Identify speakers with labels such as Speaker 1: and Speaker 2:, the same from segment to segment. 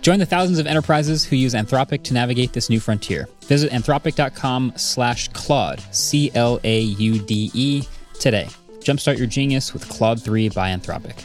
Speaker 1: Join the thousands of enterprises who use Anthropic to navigate this new frontier. Visit anthropic.com slash Claude, C L A U D E, today. Jumpstart your genius with Claude 3 by Anthropic.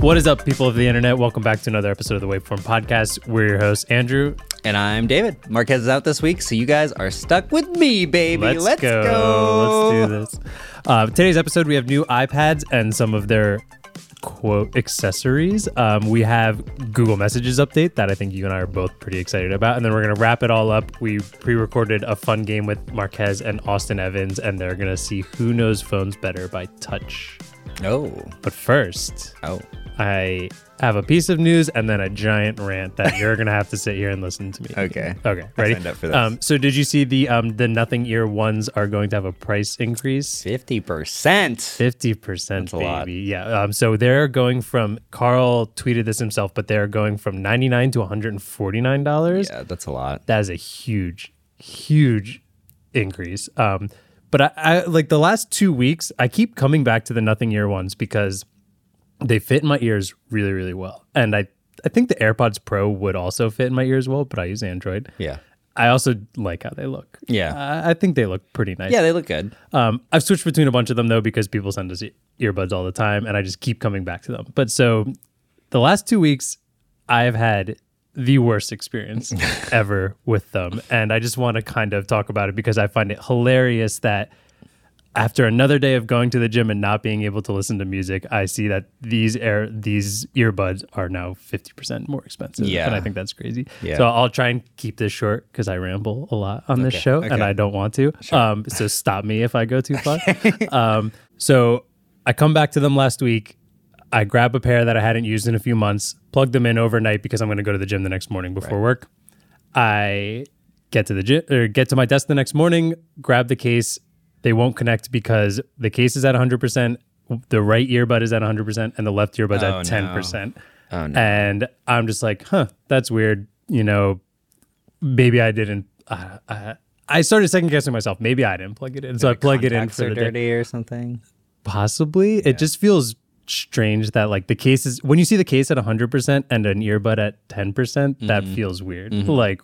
Speaker 2: What is up, people of the internet? Welcome back to another episode of the Waveform Podcast. We're your hosts, Andrew.
Speaker 3: And I'm David. Marquez is out this week, so you guys are stuck with me, baby.
Speaker 2: Let's, go.
Speaker 3: go.
Speaker 2: Let's do this. Uh, today's episode, we have new iPads and some of their quote accessories. Um, we have Google Messages update that I think you and I are both pretty excited about. And then we're going to wrap it all up. We pre recorded a fun game with Marquez and Austin Evans, and they're going to see who knows phones better by touch.
Speaker 3: Oh,
Speaker 2: But first,
Speaker 3: oh.
Speaker 2: I have a piece of news and then a giant rant that you're gonna have to sit here and listen to me.
Speaker 3: Okay.
Speaker 2: Okay. Ready?
Speaker 3: signed up for this.
Speaker 2: Um, so did you see the um the nothing ear ones are going to have a price increase?
Speaker 3: 50%.
Speaker 2: Fifty percent,
Speaker 3: a
Speaker 2: baby.
Speaker 3: lot.
Speaker 2: Yeah. Um, so they're going from Carl tweeted this himself, but they're going from ninety nine to one hundred and forty nine dollars
Speaker 3: Yeah, that's a lot.
Speaker 2: that is a huge, huge increase. Um, but I, I like the last two weeks, I keep coming back to the nothing ear ones because they fit in my ears really, really well. And I, I think the AirPods Pro would also fit in my ears well, but I use Android.
Speaker 3: Yeah.
Speaker 2: I also like how they look.
Speaker 3: Yeah.
Speaker 2: I, I think they look pretty nice.
Speaker 3: Yeah, they look good.
Speaker 2: Um, I've switched between a bunch of them though because people send us e- earbuds all the time, and I just keep coming back to them. But so the last two weeks, I've had the worst experience ever with them, and I just want to kind of talk about it because I find it hilarious that after another day of going to the gym and not being able to listen to music, I see that these air these earbuds are now fifty percent more expensive.
Speaker 3: Yeah.
Speaker 2: and I think that's crazy.
Speaker 3: Yeah.
Speaker 2: So I'll try and keep this short because I ramble a lot on this show, and
Speaker 3: okay.
Speaker 2: I don't want to. Um, so stop me if I go too far. um, so I come back to them last week. I grab a pair that I hadn't used in a few months, plug them in overnight because I'm going to go to the gym the next morning before work. I get to the gym or get to my desk the next morning, grab the case. They won't connect because the case is at 100%, the right earbud is at 100%, and the left earbud's
Speaker 3: Oh, no.
Speaker 2: at 10%.
Speaker 3: Oh, no.
Speaker 2: And I'm just like, huh, that's weird. You know, maybe I didn't. Uh, I, I started second guessing myself. Maybe I didn't plug it in. So I plug it in
Speaker 3: Contacts
Speaker 2: for
Speaker 3: are
Speaker 2: the day
Speaker 3: dirty or something.
Speaker 2: possibly it just feels strange that like the case is when you see the case at 100% and an earbud at 10% percent that
Speaker 3: Mm-hmm.
Speaker 2: feels weird like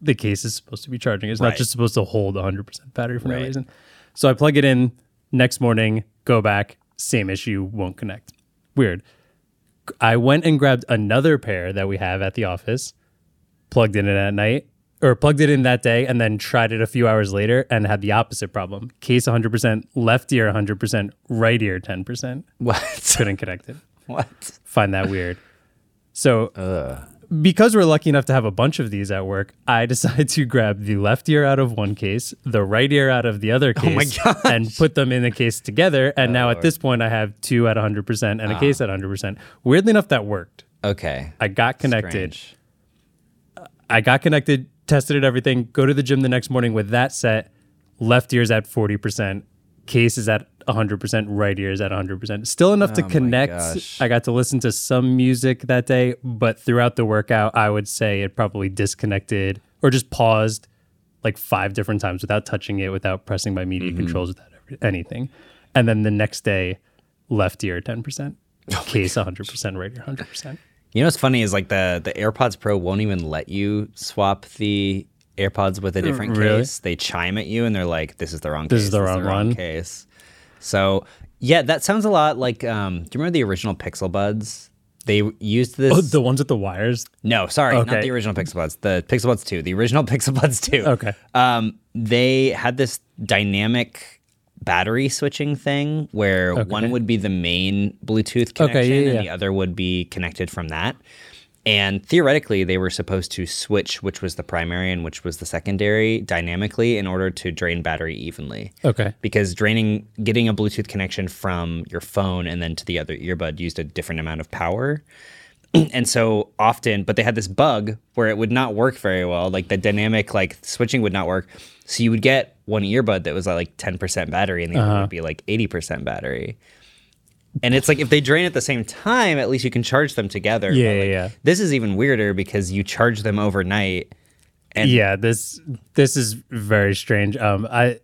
Speaker 2: the case is supposed to be charging it's not
Speaker 3: Right.
Speaker 2: just supposed to hold 100% battery for no
Speaker 3: Right.
Speaker 2: reason so i plug it in next morning go back same issue won't connect weird i went and grabbed another pair that we have at the office plugged it in at night or plugged it in that day and then tried it a few hours later and had the opposite problem. Case 100%, left ear 100%, right ear 10%.
Speaker 3: What?
Speaker 2: Couldn't connect it.
Speaker 3: what?
Speaker 2: Find that weird. So, because we're lucky enough to have a bunch of these at work, I decided to grab the left ear out of one case, the right ear out of the other
Speaker 3: Oh my Oh,
Speaker 2: case, and put them in the case together. And now at this point, I have two at 100% and
Speaker 3: Ah.
Speaker 2: a case at 100%. Weirdly enough, that worked.
Speaker 3: Okay.
Speaker 2: I got connected.
Speaker 3: Strange.
Speaker 2: I got connected, tested it, everything. Go to the gym the next morning with that set. Left ear's at forty percent, case is at hundred percent, right ear's at hundred percent. Still enough to connect.
Speaker 3: gosh.
Speaker 2: I got to listen to some music that day, but throughout the workout, I would say it probably disconnected or just paused like five different times without touching it, without pressing my media controls, without every- anything. And then the next day, left ear ten percent, case hundred percent, right ear hundred percent.
Speaker 3: You know what's funny is like the the AirPods Pro won't even let you swap the AirPods with a different
Speaker 2: Mm, Really?
Speaker 3: case. They chime at you and they're like, "This is the wrong.
Speaker 2: This
Speaker 3: case.
Speaker 2: is the wrong one."
Speaker 3: case." So yeah, that sounds a lot like. Um, do you remember the original Pixel Buds? They used this.
Speaker 2: Oh, the ones with the wires.
Speaker 3: No, sorry,
Speaker 2: Okay.
Speaker 3: not the original PixelBuds. The PixelBuds 2, the original PixelBuds 2.
Speaker 2: Okay.
Speaker 3: Um, they had this dynamic battery switching thing where one would be the main Bluetooth connection
Speaker 2: Okay, yeah, yeah,
Speaker 3: and the
Speaker 2: yeah.
Speaker 3: other would be connected from that. And theoretically, they were supposed to switch which was the primary and which was the secondary dynamically in order to drain battery evenly
Speaker 2: Okay.
Speaker 3: because draining getting a bluetooth connection from your phone and then to the other earbud used a different amount of power and so often but they had this bug where it would not work very well like the dynamic like switching would not work so you would get one earbud that was at, like 10% battery and the other
Speaker 2: Uh-huh.
Speaker 3: would be like 80% battery and it's like if they drain at the same time at least you can charge them together
Speaker 2: Yeah,
Speaker 3: But,
Speaker 2: yeah,
Speaker 3: like,
Speaker 2: yeah.
Speaker 3: this is even weirder because you charge them overnight And-
Speaker 2: yeah, this this is very strange. Um, I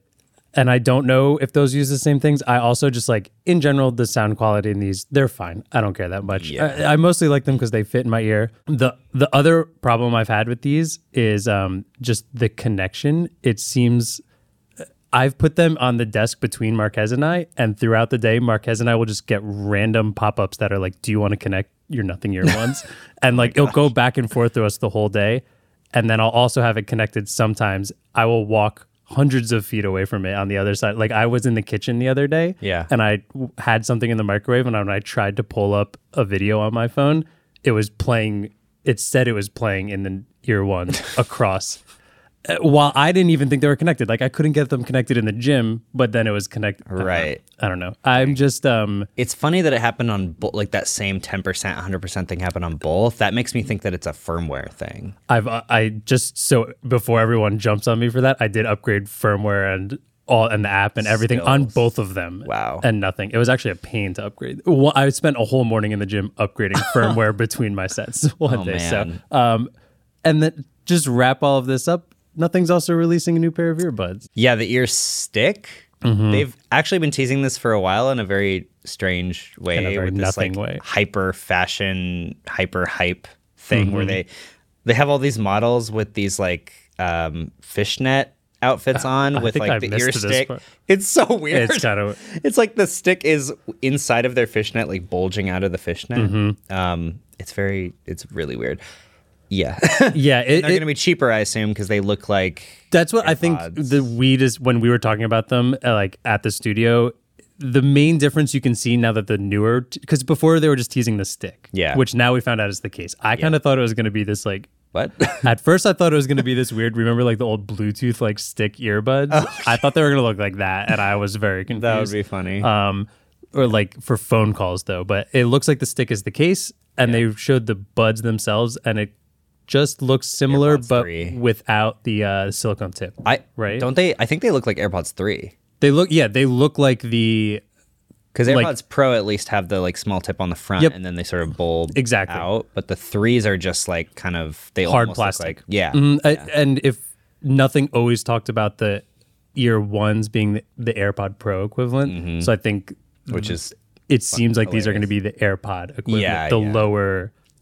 Speaker 2: and I don't know if those use the same things. I also just like in general the sound quality in these they're fine. I don't care that much. I, I mostly like them because they fit in my ear. the The other problem I've had with these is um just the connection. It seems. I've put them on the desk between Marquez and I, and throughout the day, Marquez and I will just get random pop ups that are like, "Do you want to connect your nothing ear ones?" and like it'll go back and forth through us the whole day, and then I'll also have it connected. Sometimes I will walk hundreds of feet away from it on the other side. Like I was in the kitchen the other day,
Speaker 3: Yeah.
Speaker 2: and I w- had something in the microwave, and when I tried to pull up a video on my phone, it was playing. It said it was playing in the ear one across while I didn't even think they were connected. Like I couldn't get them connected in the gym, but then it was connected.
Speaker 3: Right.
Speaker 2: I don't know. I'm just um
Speaker 3: It's funny that it happened on bo- like that same 10%, 100% thing happened on both. That makes me think that it's a firmware thing.
Speaker 2: I've uh, I just so before everyone jumps on me for that, I did upgrade firmware and all and the app and everything on
Speaker 3: Skills.
Speaker 2: both of them.
Speaker 3: Wow.
Speaker 2: And nothing. It was actually a pain to upgrade. Well, I spent a whole morning in the gym upgrading firmware between my sets one day.
Speaker 3: Oh, man.
Speaker 2: So um and then just wrap all of this up. Nothing's also releasing a new pair of earbuds.
Speaker 3: Yeah, the ears stick.
Speaker 2: Mm-hmm.
Speaker 3: They've actually been teasing this for a while in a very strange way,
Speaker 2: In a very
Speaker 3: with this
Speaker 2: nothing
Speaker 3: like
Speaker 2: way.
Speaker 3: hyper fashion, hyper hype thing
Speaker 2: Mm-hmm.
Speaker 3: where they they have all these models with these like um, fishnet outfits on with
Speaker 2: think
Speaker 3: like
Speaker 2: Uh, I
Speaker 3: the
Speaker 2: missed
Speaker 3: ear
Speaker 2: this
Speaker 3: stick.
Speaker 2: part.
Speaker 3: It's so weird.
Speaker 2: It's kind of
Speaker 3: It's like the stick is inside of their fishnet, like bulging out of the fishnet.
Speaker 2: Mm-hmm.
Speaker 3: Um, it's very, it's really weird. Yeah, they're
Speaker 2: yeah. It,
Speaker 3: going to be cheaper, I assume, because they look like.
Speaker 2: That's what I think
Speaker 3: AirPods.
Speaker 2: the weed is when we were talking about them uh, like at the studio. The main difference you can see now that the newer, because before they were just teasing the stick,
Speaker 3: Yeah.
Speaker 2: which now we found out is the case. I kind of thought it was going to be this like.
Speaker 3: What?
Speaker 2: At first, I thought it was going to be this weird. Remember, like the old Bluetooth like stick earbuds. I thought they were going to look like that, and I was very confused.
Speaker 3: Oh, that would be funny.
Speaker 2: um, or like for phone calls though. But it looks like the stick is the case, and they showed the buds themselves, and it just looks similar,
Speaker 3: AirPods
Speaker 2: but
Speaker 3: 3.
Speaker 2: without the uh, silicone tip.
Speaker 3: I
Speaker 2: right?
Speaker 3: Don't they? I think they look like AirPods three
Speaker 2: They look, yeah, they look like the
Speaker 3: because AirPods
Speaker 2: Like-
Speaker 3: Pro at least have the like small tip on the front,
Speaker 2: Yep.
Speaker 3: and then they sort of bulb
Speaker 2: Exactly.
Speaker 3: out. But the threes are just like kind of they
Speaker 2: Hard
Speaker 3: almost look
Speaker 2: plastic.
Speaker 3: like- yeah,
Speaker 2: Mm, I- and if nothing always talked about the ear ones being the, the AirPod Pro equivalent,
Speaker 3: Mm-hmm.
Speaker 2: so I think
Speaker 3: which is
Speaker 2: it seems like these are going to be the AirPod equivalent,
Speaker 3: Yeah,
Speaker 2: the
Speaker 3: yeah.
Speaker 2: lower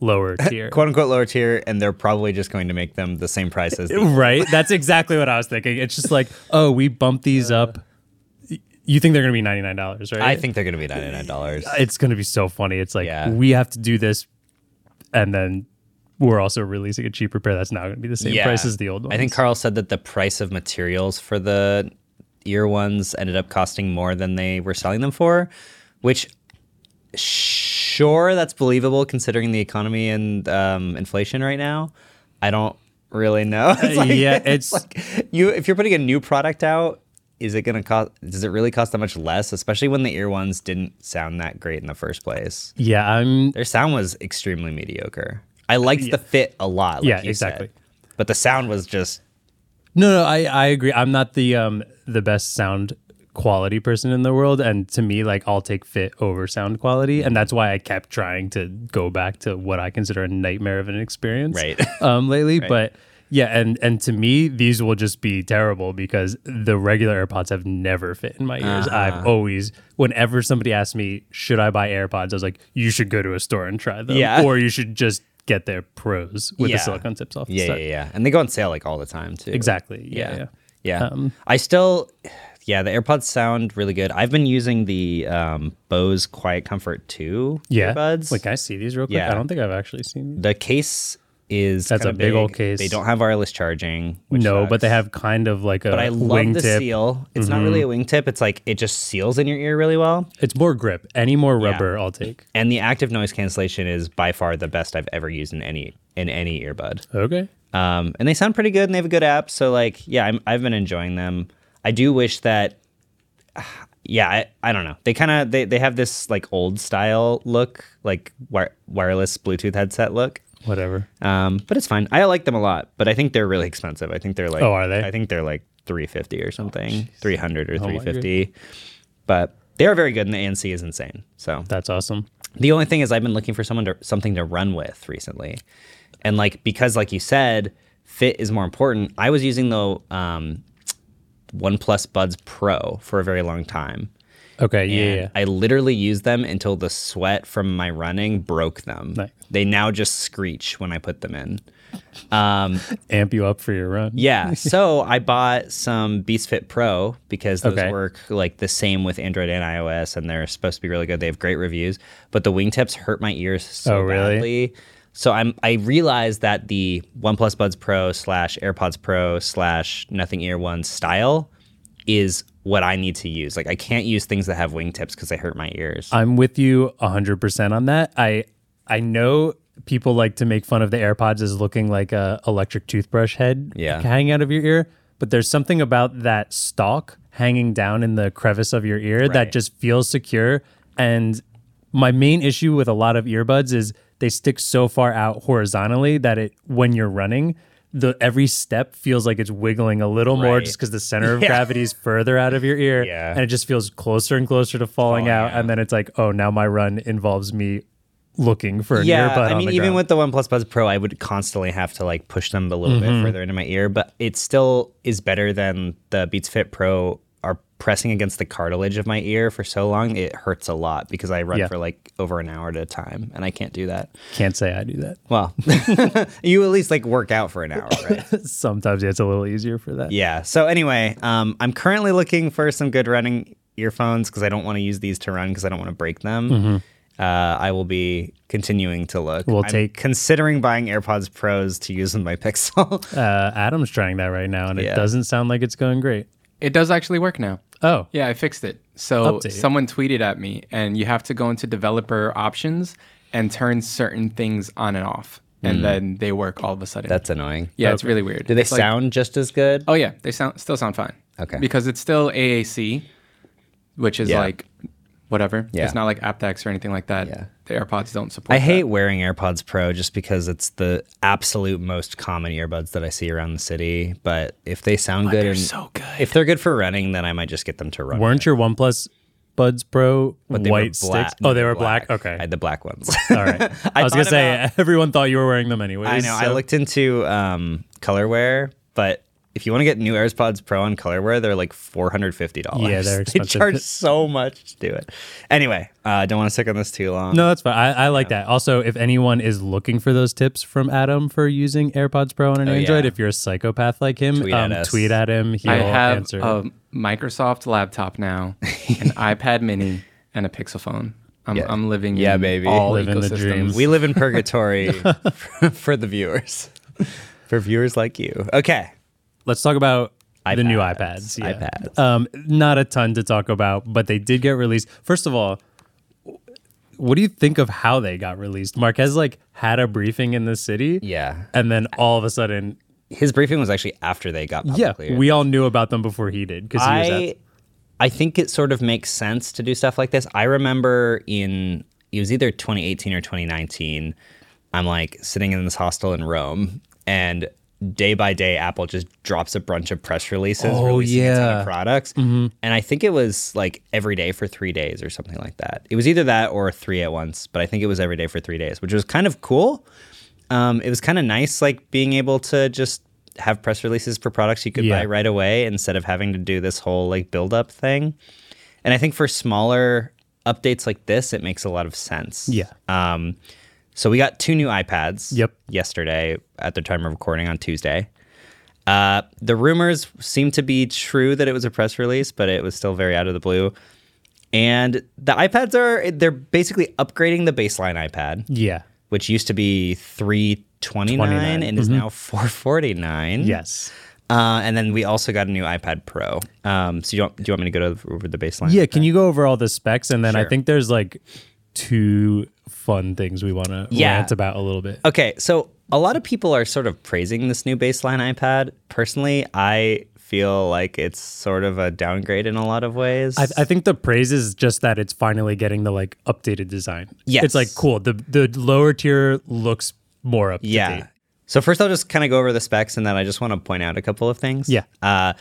Speaker 2: lower tier.
Speaker 3: quote unquote lower tier, and they're probably just going to make them the same price as the
Speaker 2: Right? That's exactly what I was thinking. It's just like, oh, we bumped these up. Y- You think they're going to be $99, right?
Speaker 3: I think they're going to be ninety nine dollars.
Speaker 2: it's going to be so funny. It's like,
Speaker 3: Yeah.
Speaker 2: we have to do this. And then we're also releasing a cheaper pair that's not going to be the same price as the old one.
Speaker 3: I think Carl said that the price of materials for the ear ones ended up costing more than they were selling them for, which sure that's believable considering the economy and um, inflation right now. I don't really know. It's like-
Speaker 2: yeah, it's
Speaker 3: you if you're putting a new product out, is it gonna cost? Does it really cost that much less? Especially when the ear ones didn't sound that great in the first place.
Speaker 2: yeah. I'm
Speaker 3: Their sound was extremely mediocre. I liked the fit a lot. Like
Speaker 2: Yeah,
Speaker 3: you
Speaker 2: exactly.
Speaker 3: Said. But the sound was just
Speaker 2: no, no. I I agree. I'm not the um the best sound quality person in the world, and to me, like I'll take fit over sound quality,
Speaker 3: Mm-hmm.
Speaker 2: and that's why I kept trying to go back to what I consider a nightmare of an experience.
Speaker 3: Right.
Speaker 2: Um. Lately, but. Yeah, and, and to me, these will just be terrible because the regular AirPods have never fit in my ears.
Speaker 3: Uh-huh.
Speaker 2: I've always, whenever somebody asks me, should I buy AirPods? I was like, you should go to a store and try them.
Speaker 3: Yeah.
Speaker 2: Or you should just get their pros with
Speaker 3: Yeah.
Speaker 2: the silicone tips off the
Speaker 3: Yeah,
Speaker 2: side.
Speaker 3: yeah, yeah. And they go on sale like all the time too.
Speaker 2: um, Exactly. Yeah. yeah.
Speaker 3: Yeah. I still yeah, the AirPods sound really good. I've been using the um, Bose Quiet Comfort 2
Speaker 2: Yeah.
Speaker 3: earbuds.
Speaker 2: Like, I see these real quick.
Speaker 3: Yeah.
Speaker 2: I don't think I've actually seen these.
Speaker 3: the case is
Speaker 2: That's
Speaker 3: kinda
Speaker 2: a big old case.
Speaker 3: They don't have wireless charging. Which
Speaker 2: No, but they have
Speaker 3: sucks.
Speaker 2: kind of like a
Speaker 3: But I love the
Speaker 2: wingtip. Mm-hmm.
Speaker 3: seal. It's not really a wingtip. It's like it just seals in your ear really well.
Speaker 2: It's more grip. Any more rubber, I'll take.
Speaker 3: And the active noise cancellation is by far the best I've ever used in any in any earbud.
Speaker 2: Okay.
Speaker 3: Um, and they sound pretty good, and they have a good app. So like, yeah, I'm, I've been enjoying them. I do wish that, yeah, I, I don't know. They kind of they, they have this like old style look, like wire, wireless Bluetooth headset look.
Speaker 2: Whatever.
Speaker 3: Um, but it's fine. I like them a lot, but I think they're really expensive. I think they're like
Speaker 2: Oh, are they? Oh
Speaker 3: I think they're like 350 or something, 300 or 350. But they are very good, and the ANC is insane. So
Speaker 2: That's awesome.
Speaker 3: the only thing is I've been looking for someone to something to run with recently. And like because like you said, fit is more important. I was using the um OnePlus Buds Pro for a very long time.
Speaker 2: Okay.
Speaker 3: And
Speaker 2: Yeah. yeah.
Speaker 3: I literally used them until the sweat from my running broke them.
Speaker 2: Nice.
Speaker 3: They now just screech when I put them in. Um,
Speaker 2: Amp you up for your run.
Speaker 3: yeah. So I bought some Beats Fit Pro because those
Speaker 2: Okay.
Speaker 3: work like the same with Android and iOS, and they're supposed to be really good. They have great reviews, but the wingtips hurt my ears so
Speaker 2: Oh, really?
Speaker 3: badly. So I'm I realized that the OnePlus Buds Pro slash AirPods Pro slash Nothing Ear One style is what I need to use. Like I can't use things that have wingtips because they hurt my ears.
Speaker 2: I'm with you 100% on that. I I know people like to make fun of the AirPods as looking like a electric toothbrush head
Speaker 3: Yeah.
Speaker 2: hanging out of your ear, but there's something about that stalk hanging down in the crevice of your ear that just feels secure and my main issue with a lot of earbuds is they stick so far out horizontally that it when you're running the every step feels like it's wiggling a little more
Speaker 3: Right.
Speaker 2: just because the center of gravity is further out of your ear
Speaker 3: Yeah.
Speaker 2: and it just feels closer and closer to falling out, and then it's like, oh, now my run involves me looking for an
Speaker 3: yeah,
Speaker 2: earbud.
Speaker 3: I
Speaker 2: on
Speaker 3: mean,
Speaker 2: the
Speaker 3: even
Speaker 2: ground.
Speaker 3: with the OnePlus Buds Pro, I would constantly have to like push them a little
Speaker 2: Mm-hmm.
Speaker 3: bit further into my ear, but it still is better than the Beats Fit Pro. Are pressing against the cartilage of my ear for so long, it hurts a lot because I run
Speaker 2: Yeah.
Speaker 3: for like over an hour at a time, and I can't do that.
Speaker 2: can't say I do that.
Speaker 3: Well, you at least like work out for an hour, right?
Speaker 2: Sometimes yeah, it's a little easier for that.
Speaker 3: yeah. So anyway, um, I'm currently looking for some good running earphones because I don't want to use these to run because I don't want to break them. Uh, I will be continuing to look.
Speaker 2: Mm-hmm. We'll
Speaker 3: I'm
Speaker 2: take-
Speaker 3: considering buying AirPods Pros to use in my Pixel.
Speaker 2: Uh, Adam's trying that right now, and
Speaker 3: Yeah.
Speaker 2: it doesn't sound like it's going great.
Speaker 4: It does actually work now.
Speaker 2: Oh,
Speaker 4: Yeah, I fixed it. So
Speaker 2: Update.
Speaker 4: someone tweeted at me, and you have to go into developer options and turn certain things on and off, and then they work all of a sudden.
Speaker 3: Hmm. That's annoying.
Speaker 4: yeah, it's really weird.
Speaker 3: Do they
Speaker 4: It's like-
Speaker 3: sound just as good?
Speaker 4: oh yeah, they sound still sound fine.
Speaker 3: Okay.
Speaker 4: Because it's still AAC, which is
Speaker 3: Yeah.
Speaker 4: like whatever.
Speaker 3: Yeah.
Speaker 4: It's not like aptX or anything like that.
Speaker 3: Yeah.
Speaker 4: The AirPods don't support.
Speaker 3: I hate
Speaker 4: that.
Speaker 3: wearing AirPods Pro just because it's the absolute most common earbuds that I see around the city. But if they sound good,
Speaker 4: They're
Speaker 3: and
Speaker 4: so good.
Speaker 3: if they're good for running, then I might just get them to run.
Speaker 2: weren't your OnePlus Buds Pro
Speaker 3: They were
Speaker 2: white
Speaker 3: black-
Speaker 2: sticks? Oh, they were black.
Speaker 3: I
Speaker 2: Okay,
Speaker 3: had the black ones.
Speaker 2: all right. I, was
Speaker 3: thought
Speaker 2: gonna say everyone thought you were wearing them anyways.
Speaker 3: I know. I
Speaker 2: so-
Speaker 3: looked into um, colorware, but if you want to get new AirPods Pro on colorware, they're like four hundred fifty dollars.
Speaker 2: Yeah, they're
Speaker 3: They
Speaker 2: expensive.
Speaker 3: charge so much to do it. Anyway, I uh, don't want to stick on this too long.
Speaker 2: No, that's fine. I, I like that. Also, if anyone is looking for those tips from Adam for using AirPods Pro on an Android,
Speaker 3: Oh, yeah.
Speaker 2: if you're a psychopath like him,
Speaker 3: Tweet at
Speaker 2: um,
Speaker 3: us.
Speaker 2: tweet at him. He'll
Speaker 4: I have
Speaker 2: answer.
Speaker 4: a Microsoft laptop now, an iPad Mini, and a Pixel phone. I'm,
Speaker 3: Yeah.
Speaker 4: I'm living
Speaker 3: Yeah,
Speaker 4: in
Speaker 3: baby.
Speaker 4: all
Speaker 2: Living the
Speaker 4: ecosystems.
Speaker 2: dream.
Speaker 3: We live in purgatory for, for the viewers, for viewers like you. Okay.
Speaker 2: Let's talk about the new
Speaker 3: iPads.
Speaker 2: iPads.
Speaker 3: iPads.
Speaker 2: Um, not a ton to talk about, but they did get released. First of all, what do you think of how they got released? Marquez like had a briefing in the city.
Speaker 3: Yeah.
Speaker 2: And then all of a sudden,
Speaker 3: His briefing was actually after they got
Speaker 2: yeah,
Speaker 3: publicly.
Speaker 2: we all knew about them before he did because he was at
Speaker 3: I, I think it sort of makes sense to do stuff like this. I remember in it was either 2018 or 2019. I'm like sitting in this hostel in Rome, and day by day, Apple just drops a bunch of press releases. Oh
Speaker 2: yeah. Mm-hmm.
Speaker 3: products. And I think it was like every day for three days or something like that. It was either that or three at once, but I think it was every day for three days, which was kind of cool. Um, it was kind of nice, like being able to just have press releases for products you could
Speaker 2: Yeah.
Speaker 3: buy right away instead of having to do this whole like build up thing. And I think for smaller updates like this, it makes a lot of sense.
Speaker 2: Yeah.
Speaker 3: Um, so we got two new iPads.
Speaker 2: Yep.
Speaker 3: Yesterday at the time of recording on Tuesday. Uh, the rumors seem to be true that it was a press release, but it was still very out of the blue. And the iPads are they're basically upgrading the baseline iPad,
Speaker 2: Yeah.
Speaker 3: which used to be 329 and is now 449.
Speaker 2: Mm-hmm. Yes.
Speaker 3: Uh, and then we also got a new iPad Pro. Um, so you want, do you want me to go to, over the baseline?
Speaker 2: Yeah. Can you go over all the specs? And then I
Speaker 3: Sure.
Speaker 2: think there's like two fun things we want to
Speaker 3: Yeah.
Speaker 2: rant about a little bit.
Speaker 3: Okay, so a lot of people are sort of praising this new baseline iPad. Personally, I feel like it's sort of a downgrade in a lot of ways.
Speaker 2: I, I think the praise is just that it's finally getting the like updated design.
Speaker 3: Yes.
Speaker 2: It's like cool. The the lower tier looks more up to
Speaker 3: yeah.
Speaker 2: date.
Speaker 3: So first, I'll just kind of go over the specs, and then I just want to point out a couple of things.
Speaker 2: Yeah.
Speaker 3: Uh,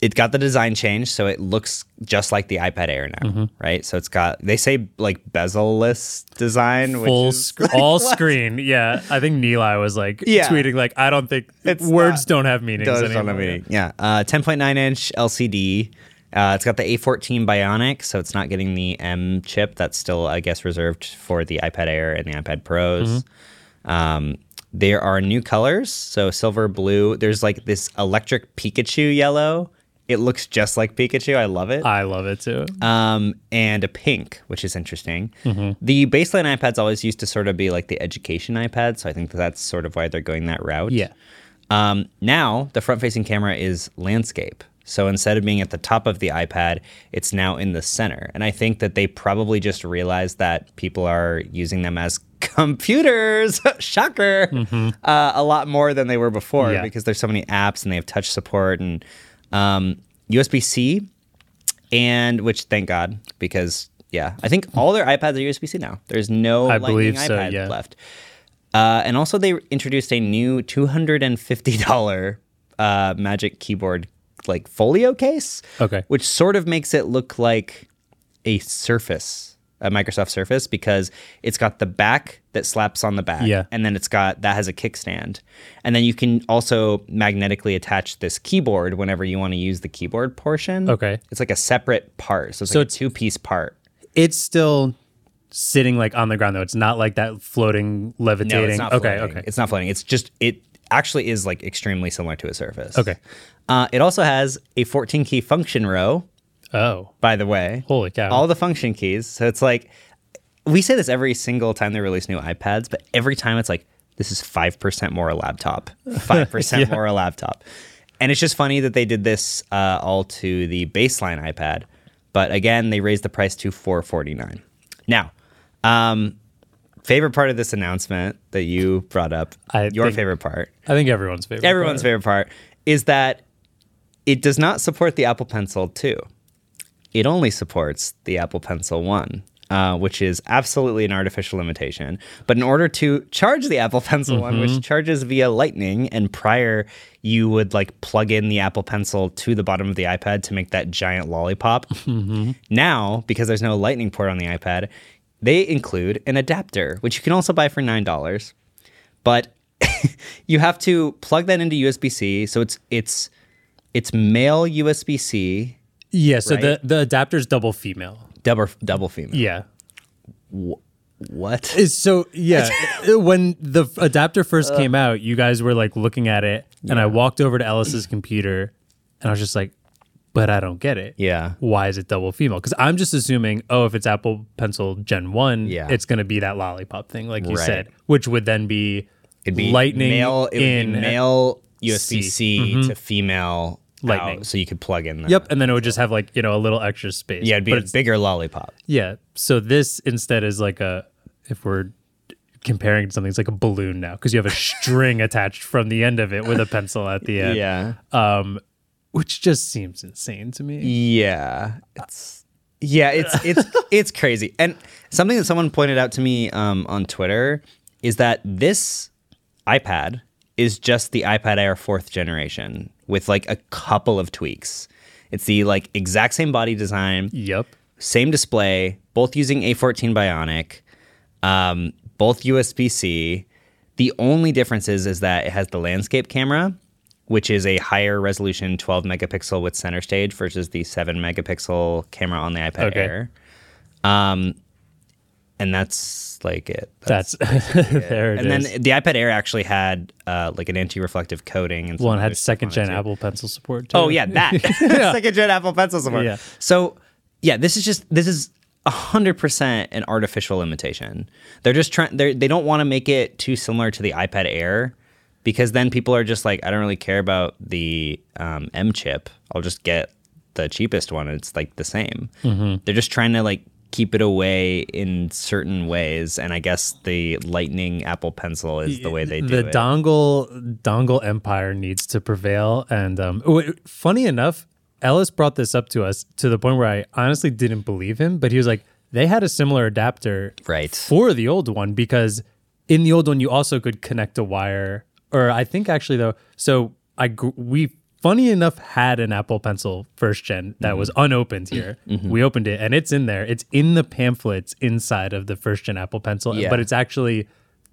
Speaker 3: it got the design change, so it looks just like the iPad Air now,
Speaker 2: Mm-hmm.
Speaker 3: right? So it's got they say like bezel-less design,
Speaker 2: Full
Speaker 3: which is
Speaker 2: sc- all screen. Yeah. I think Neil was like
Speaker 3: Yeah.
Speaker 2: tweeting like I don't think
Speaker 3: It's
Speaker 2: words
Speaker 3: not-
Speaker 2: don't have meanings
Speaker 3: Does
Speaker 2: anymore.
Speaker 3: on the meeting. Yeah. Uh, 10.9 inch LCD. Uh, it's got the A14 Bionic, so it's not getting the M chip. That's still, I guess, reserved for the iPad Air and the iPad Pros. Um, there are new colors, so silver, blue. There's like this electric Pikachu yellow. It looks just like Pikachu. I love it
Speaker 2: I love it too.
Speaker 3: um, and a pink, which is interesting.
Speaker 2: Mm-hmm.
Speaker 3: The baseline iPads always used to sort of be like the education iPad, so I think that that's sort of why they're going that route.
Speaker 2: Yeah.
Speaker 3: Um, now the front-facing camera is landscape, so instead of being at the top of the iPad, it's now in the center, and I think that they probably just realized that people are using them as computers shocker uh, a lot more than they were before
Speaker 2: Mm-hmm. Yeah.
Speaker 3: because there's so many apps and they have touch support and um, usb-c and which thank God because yeah, I think all their iPads are USB C now. There's no
Speaker 2: I
Speaker 3: Lightning
Speaker 2: believe so,
Speaker 3: iPad
Speaker 2: yeah.
Speaker 3: left. Uh, and also, they introduced a new two hundred and fifty dollar uh, Magic Keyboard like folio case.
Speaker 2: Okay.
Speaker 3: which sort of makes it look like a Surface, a Microsoft Surface, because it's got the back that slaps on the back,
Speaker 2: Yeah.
Speaker 3: and then it's got that has a kickstand, and then you can also magnetically attach this keyboard whenever you want to use the keyboard portion.
Speaker 2: Okay.
Speaker 3: It's like a separate part. So it's like a two piece part.
Speaker 2: It's still sitting like on the ground though. It's not like that floating
Speaker 3: No,
Speaker 2: levitating.
Speaker 3: it's not
Speaker 2: okay,
Speaker 3: floating.
Speaker 2: okay.
Speaker 3: It's not floating. It's just it actually is like extremely similar to a surface.
Speaker 2: Okay.
Speaker 3: Uh, it also has a 14 key function row,
Speaker 2: oh.
Speaker 3: by the way.
Speaker 2: Holy cow.
Speaker 3: All the function keys. So it's like we say this every single time they release new iPads, but every time it's like this is 5% more a laptop. 5% more a laptop. And it's just funny that they did this uh, all to the baseline iPad, but again, they raised the price to 449. Now, um, favorite part of this announcement that you brought up,
Speaker 2: I
Speaker 3: your
Speaker 2: think-
Speaker 3: favorite part,
Speaker 2: I think everyone's favorite.
Speaker 3: everyone's favorite part is that it does not support the Apple Pencil 2. It only supports the Apple Pencil 1, uh, which is absolutely an artificial limitation. But in order to charge the Apple Pencil 1, which charges via Lightning, and prior you would like plug in the Apple Pencil to the bottom of the iPad to make that giant lollipop. Now, because there's no Lightning port on the iPad, they include an adapter, which you can also buy for $9 but you have to plug that into USB-C. So it's it's it's male USB-C,
Speaker 2: Yeah, so the the adapter's double female.
Speaker 3: double double female.
Speaker 2: Yeah.
Speaker 3: What?
Speaker 2: It's so yeah. uh, when the f- adapter
Speaker 3: Uh.
Speaker 2: first came out, you guys were like looking at it, and I walked over to Ellis's computer, and I was just like, "But I don't get it.
Speaker 3: Yeah.
Speaker 2: why is it double female? Because I'm just assuming, oh, if it's Apple Pencil Gen One,
Speaker 3: Yeah.
Speaker 2: it's gonna be that lollipop thing, like you
Speaker 3: Right.
Speaker 2: said, which would then be
Speaker 3: It'd be
Speaker 2: lightning
Speaker 3: male. It would
Speaker 2: in Mm-hmm.
Speaker 3: be male USB-C to female
Speaker 2: Lightning.
Speaker 3: out, so you could plug in. The,
Speaker 2: Yep, and then it would just have like you know a little extra space.
Speaker 3: Yeah, it'd be
Speaker 2: But
Speaker 3: a
Speaker 2: it's-
Speaker 3: bigger lollipop.
Speaker 2: Yeah. So this instead is like a if we're comparing it to something, it's like a balloon now because you have a string attached from the end of it with a pencil at the end.
Speaker 3: Yeah.
Speaker 2: Which just seems insane to me.
Speaker 3: Yeah. It's yeah, it's it's it's crazy. And something that someone pointed out to me um, on Twitter is that this iPad is just the iPad Air fourth generation with like a couple of tweaks. It's the like exact same body design,
Speaker 2: Yep.
Speaker 3: same display, both using A14 Bionic, um, both USB C. The only difference is, is that it has the landscape camera, which is a higher resolution 12 megapixel with center stage versus the 7 megapixel camera on the iPad
Speaker 2: Okay.
Speaker 3: Air. Um, and that's like it.
Speaker 2: That's there. It
Speaker 3: and then
Speaker 2: is.
Speaker 3: the iPad Air actually had uh, like an anti-reflective coating and some
Speaker 2: one
Speaker 3: other
Speaker 2: had
Speaker 3: stuff
Speaker 2: second
Speaker 3: on it,
Speaker 2: gen
Speaker 3: too.
Speaker 2: Apple Pencil support. Too.
Speaker 3: Oh yeah, that second gen Apple Pencil support.
Speaker 2: Yeah.
Speaker 3: So yeah, this is just this is hundred percent an artificial imitation. They're just trying. They they don't want to make it too similar to the iPad Air because then people are just like, I don't really care about the um, M chip. I'll just get the cheapest one. It's like the same. They're just trying to like keep it away in certain ways, and I guess the Lightning Apple Pencil is the way they do
Speaker 2: the
Speaker 3: it.
Speaker 2: dongle dongle empire needs to prevail. And um, w- funny enough, Ellis brought this up to us to the point where I honestly didn't believe him, but he was like, they had a similar adapter
Speaker 3: Right.
Speaker 2: for the old one because in the old one you also could connect a wire, or I think actually though, so I gr- we funny enough had an Apple Pencil first gen that was unopened here. We opened it and it's in there. It's in the pamphlets inside of the first gen Apple Pencil,
Speaker 3: Yeah.
Speaker 2: but it's actually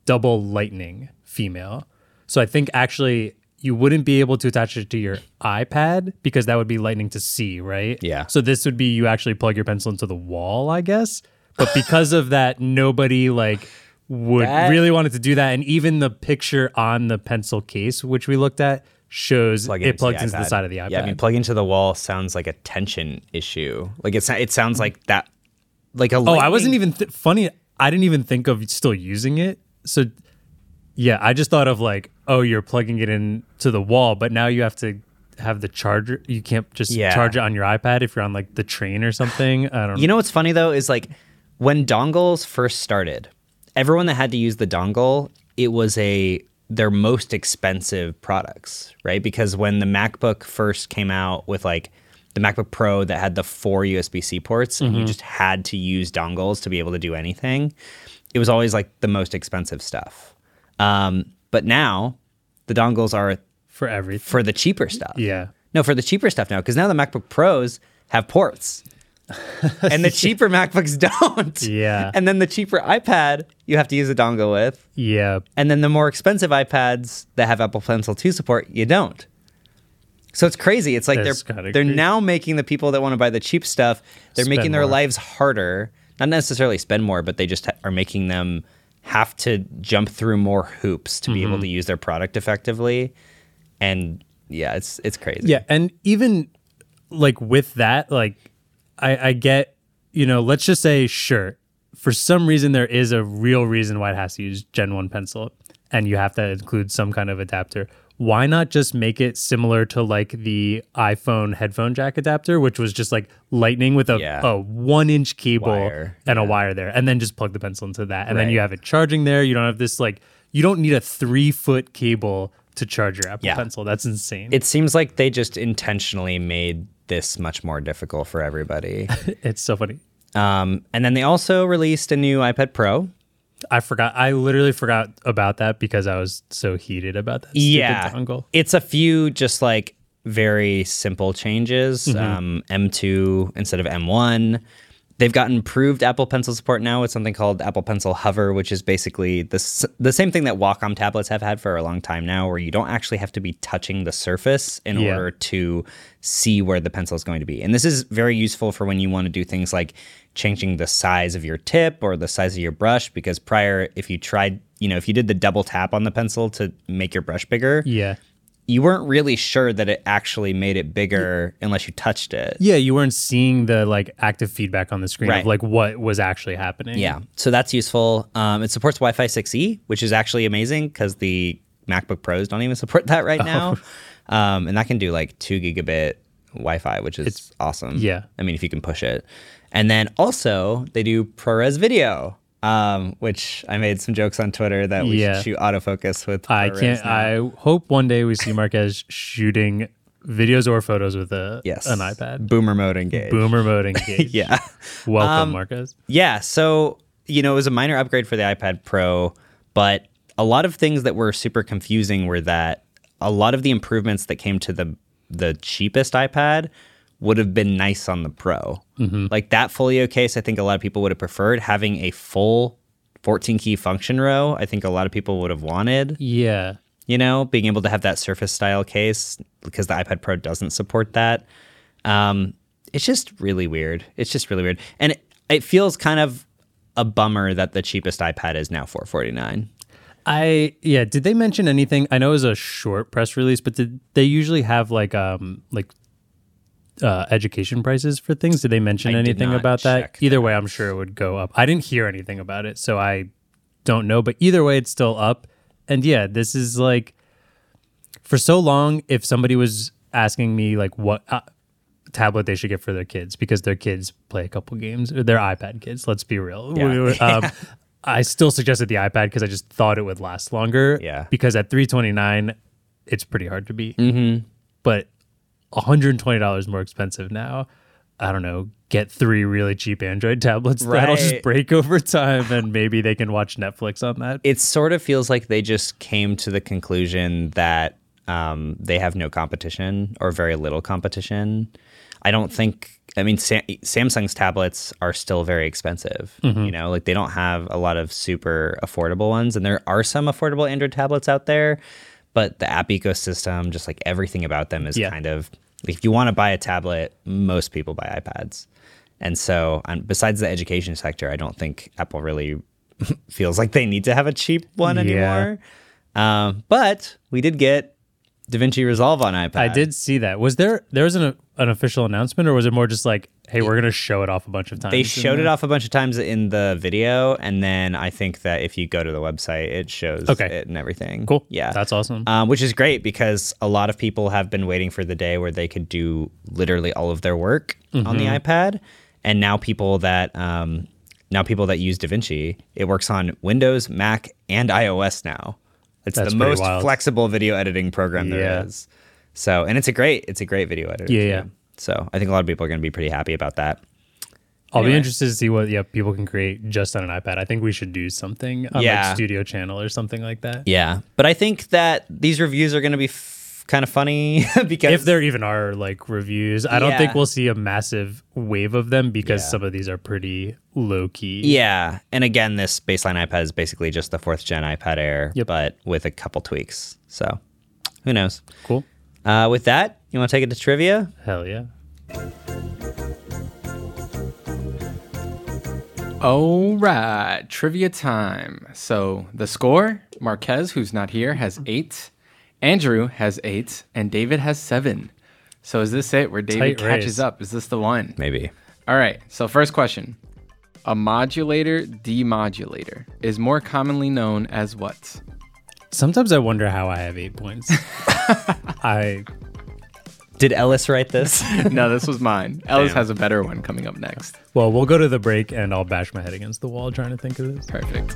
Speaker 2: double lightning female. So I think actually you wouldn't be able to attach it to your iPad because that would be lightning to C, right?
Speaker 3: Yeah.
Speaker 2: So this would be you actually plug your pencil into the wall, I guess. But because of that, nobody like would
Speaker 3: That-
Speaker 2: really wanted to do that. And even the picture on the pencil case, which we looked at, shows
Speaker 3: plug
Speaker 2: it
Speaker 3: into
Speaker 2: plugs into the
Speaker 3: iPad.
Speaker 2: side of the iPad.
Speaker 3: Yeah, I mean, plug into the wall sounds like a tension issue. Like it's it sounds like that. Like a
Speaker 2: Mm. oh, I wasn't even th- funny. I didn't even think of still using it. So yeah, I just thought of like, oh, you're plugging it in to the wall, but now you have to have the charger. You can't just
Speaker 3: Yeah.
Speaker 2: charge it on your iPad if you're on like the train or something. I don't
Speaker 3: You know what's funny though is like when dongles first started, everyone that had to use the dongle, it was a their most expensive products, right? Because when the MacBook first came out with like the MacBook Pro that had the four USB C ports, and you just had to use dongles to be able to do anything, it was always like the most expensive stuff. Um, but now the dongles are
Speaker 2: for everything.
Speaker 3: for the cheaper stuff.
Speaker 2: Yeah.
Speaker 3: No, for the cheaper stuff now, because now the MacBook Pros have ports. and the cheaper MacBooks don't.
Speaker 2: Yeah.
Speaker 3: And then the cheaper iPad you have to use a dongle with.
Speaker 2: Yeah.
Speaker 3: And then the more expensive iPads that have Apple Pencil 2 support, you don't. So it's crazy. It's like
Speaker 2: That's
Speaker 3: they're
Speaker 2: kinda
Speaker 3: they're
Speaker 2: crazy.
Speaker 3: now making the people that want to buy the cheap stuff, they're
Speaker 2: Spend
Speaker 3: making their
Speaker 2: more.
Speaker 3: lives harder. Not necessarily spend more, but they just ha- are making them have to jump through more hoops to be
Speaker 2: Mm-hmm.
Speaker 3: able to use their product effectively. And yeah, it's it's crazy.
Speaker 2: Yeah, and even like with that, like I, I get, you know, let's just say, sure, for some reason there is a real reason why it has to use Gen One pencil, and you have to include some kind of adapter. Why not just make it similar to like the iPhone headphone jack adapter, which was just like lightning with a,
Speaker 3: Yeah.
Speaker 2: a one inch cable
Speaker 3: Wire,
Speaker 2: and a wire there, and then just plug the pencil into that, and then you
Speaker 3: Right.
Speaker 2: have it charging there. You don't have this like you don't need a three foot cable to charge your Apple
Speaker 3: Yeah.
Speaker 2: Pencil. That's insane.
Speaker 3: It seems like they just intentionally made this much more difficult for everybody.
Speaker 2: it's so funny.
Speaker 3: um, and then they also released a new iPad Pro.
Speaker 2: I forgot. I literally forgot about that because I was so heated about that. stupid dongle.
Speaker 3: It's a few just like very simple changes.
Speaker 2: Mm-hmm.
Speaker 3: Um, M2 instead of M1. They've got improved Apple Pencil support now with something called Apple Pencil Hover, which is basically the, s- the same thing that Wacom tablets have had for a long time now, where you don't actually have to be touching the surface in
Speaker 2: Yeah.
Speaker 3: order to see where the pencil is going to be. And this is very useful for when you want to do things like changing the size of your tip or the size of your brush, because prior, if you tried, you know, if you did the double tap on the pencil to make your brush bigger,
Speaker 2: Yeah,
Speaker 3: you weren't really sure that it actually made it bigger unless you touched it.
Speaker 2: yeah. You weren't seeing the like active feedback on the screen
Speaker 3: Right.
Speaker 2: of like what was actually happening.
Speaker 3: Yeah, so that's useful. Um, it supports Wi-Fi 6E, which is actually amazing because the MacBook Pros don't even support that
Speaker 2: Oh.
Speaker 3: right now, um, and that can do like two gigabit Wi-Fi, which is awesome.
Speaker 2: yeah.
Speaker 3: I mean if you can push it, and then also they do ProRes video, um, which I made some jokes on Twitter that we
Speaker 2: Yeah.
Speaker 3: should shoot autofocus with.
Speaker 2: I
Speaker 3: ProRes
Speaker 2: can't.
Speaker 3: now.
Speaker 2: I hope one day we see Marquez shooting videos or photos with a
Speaker 3: yes,
Speaker 2: an iPad.
Speaker 3: Boomer mode engage.
Speaker 2: Boomer mode engaged.
Speaker 3: Yeah. Um,
Speaker 2: Welcome, Marquez.
Speaker 3: Yeah, so you know, it was a minor upgrade for the iPad Pro, but a lot of things that were super confusing were that a lot of the improvements that came to the the cheapest iPad would have been nice on the Pro. Like that folio case, I think a lot of people would have preferred having a full 14 key function row. I think a lot of people would have wanted,
Speaker 2: Yeah.
Speaker 3: you know, being able to have that Surface style case because the iPad Pro doesn't support that. Um, it's just really weird. It's just really weird, and it, it feels kind of a bummer that the cheapest iPad is now 449.
Speaker 2: I yeah. Did they mention anything? I know it was a short press release, but did they usually have like um like uh, education prices for things? Did they mention
Speaker 3: I did
Speaker 2: anything
Speaker 3: not
Speaker 2: about that?
Speaker 3: check
Speaker 2: Either way, I'm sure it would go up. I didn't hear anything about it, so I don't know. But either way, it's still up. And yeah, this is like for so long. If somebody was asking me like what. Uh, tablet they should get for their kids because their kids play a couple games or their iPad kids. Let's be real.
Speaker 3: Yeah.
Speaker 2: We were, um, I still suggested the iPad because I just thought it would last longer.
Speaker 3: Yeah.
Speaker 2: Because at 329, it's pretty hard to beat. Mm-hmm. But $120 more expensive now. I don't know. Get three really cheap Android tablets that'll just
Speaker 3: Right.
Speaker 2: break over time, and maybe they can watch Netflix on that.
Speaker 3: It sort of feels like they just came to the conclusion that um, they have no competition or very little competition. I don't think. I mean, Sam- Samsung's tablets are still very expensive.
Speaker 2: Mm-hmm.
Speaker 3: You know, like they don't have a lot of super affordable ones, and there are some affordable Android tablets out there, but the app ecosystem, just like everything about them, is
Speaker 2: Yeah.
Speaker 3: kind of if you want to buy a tablet, most people buy iPads. And so, and besides the education sector, I don't think Apple really feels like they need to have a cheap one
Speaker 2: Yeah.
Speaker 3: anymore. Um, but we did get DaVinci Resolve on iPad.
Speaker 2: I did see that. Was there there was an, an official announcement, or was it more just like, "Hey, we're gonna show it off a bunch of times"?
Speaker 3: They showed it off a bunch of times in the video, and then I think that if you go to the website, it shows
Speaker 2: Okay.
Speaker 3: it and everything.
Speaker 2: Cool.
Speaker 3: Yeah.
Speaker 2: that's awesome.
Speaker 3: um, which is great because a lot of people have been waiting for the day where they could do literally all of their work on the
Speaker 2: Mm-hmm.
Speaker 3: iPad, and now people that um, now people that use DaVinci, it works on Windows, Mac, and iOS now. It's
Speaker 2: That's
Speaker 3: the
Speaker 2: pretty
Speaker 3: most
Speaker 2: wild.
Speaker 3: flexible video editing program
Speaker 2: Yeah.
Speaker 3: there is. So, and it's a great it's a great video editor.
Speaker 2: Yeah,
Speaker 3: too.
Speaker 2: yeah.
Speaker 3: So, I think a lot of people are going to be pretty happy about that.
Speaker 2: I'll be
Speaker 3: Anyway.
Speaker 2: interested to see what yeah people can create just on an iPad. I think we should do something on
Speaker 3: Yeah.
Speaker 2: like Studio Channel or something like that.
Speaker 3: Yeah, but I think that these reviews are going to be f- kind of funny because
Speaker 2: If there even are like reviews, I don't think
Speaker 3: Yeah.
Speaker 2: we'll see a massive wave of them because
Speaker 3: Yeah.
Speaker 2: some of these are pretty low key.
Speaker 3: yeah, and again, this baseline iPad is basically just the fourth gen iPad Air,
Speaker 2: Yep.
Speaker 3: but with a couple tweaks. So, who knows?
Speaker 2: Cool.
Speaker 3: Uh, with that, you want to take it to trivia?
Speaker 2: Hell yeah.
Speaker 4: All right, trivia time. So the score Marquez, who's not here, has eight. Andrew has eight, and David has seven. So is this it where David
Speaker 2: Tight
Speaker 4: catches
Speaker 2: race.
Speaker 4: up? Is this the one?
Speaker 3: Maybe.
Speaker 4: All right, so first question. A modulator demodulator is more commonly known as what?
Speaker 2: Sometimes I wonder how I have eight points. I
Speaker 3: Did Ellis write this?
Speaker 4: no, this was mine. Ellis has a better one coming up next.
Speaker 2: well, we'll go to the break and I'll bash my head against the wall trying to think of this.
Speaker 4: Perfect.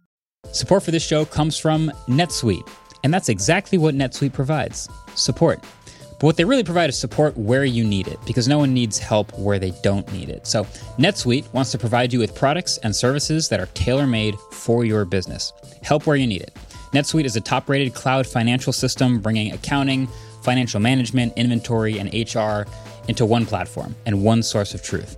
Speaker 1: Support for this show comes from NetSuite, and that's exactly what NetSuite provides support. But what they really provide is support where you need it, because no one needs help where they don't need it. So, NetSuite wants to provide you with products and services that are tailor made for your business. Help where you need it. NetSuite is a top rated cloud financial system bringing accounting, financial management, inventory, and HR into one platform and one source of truth.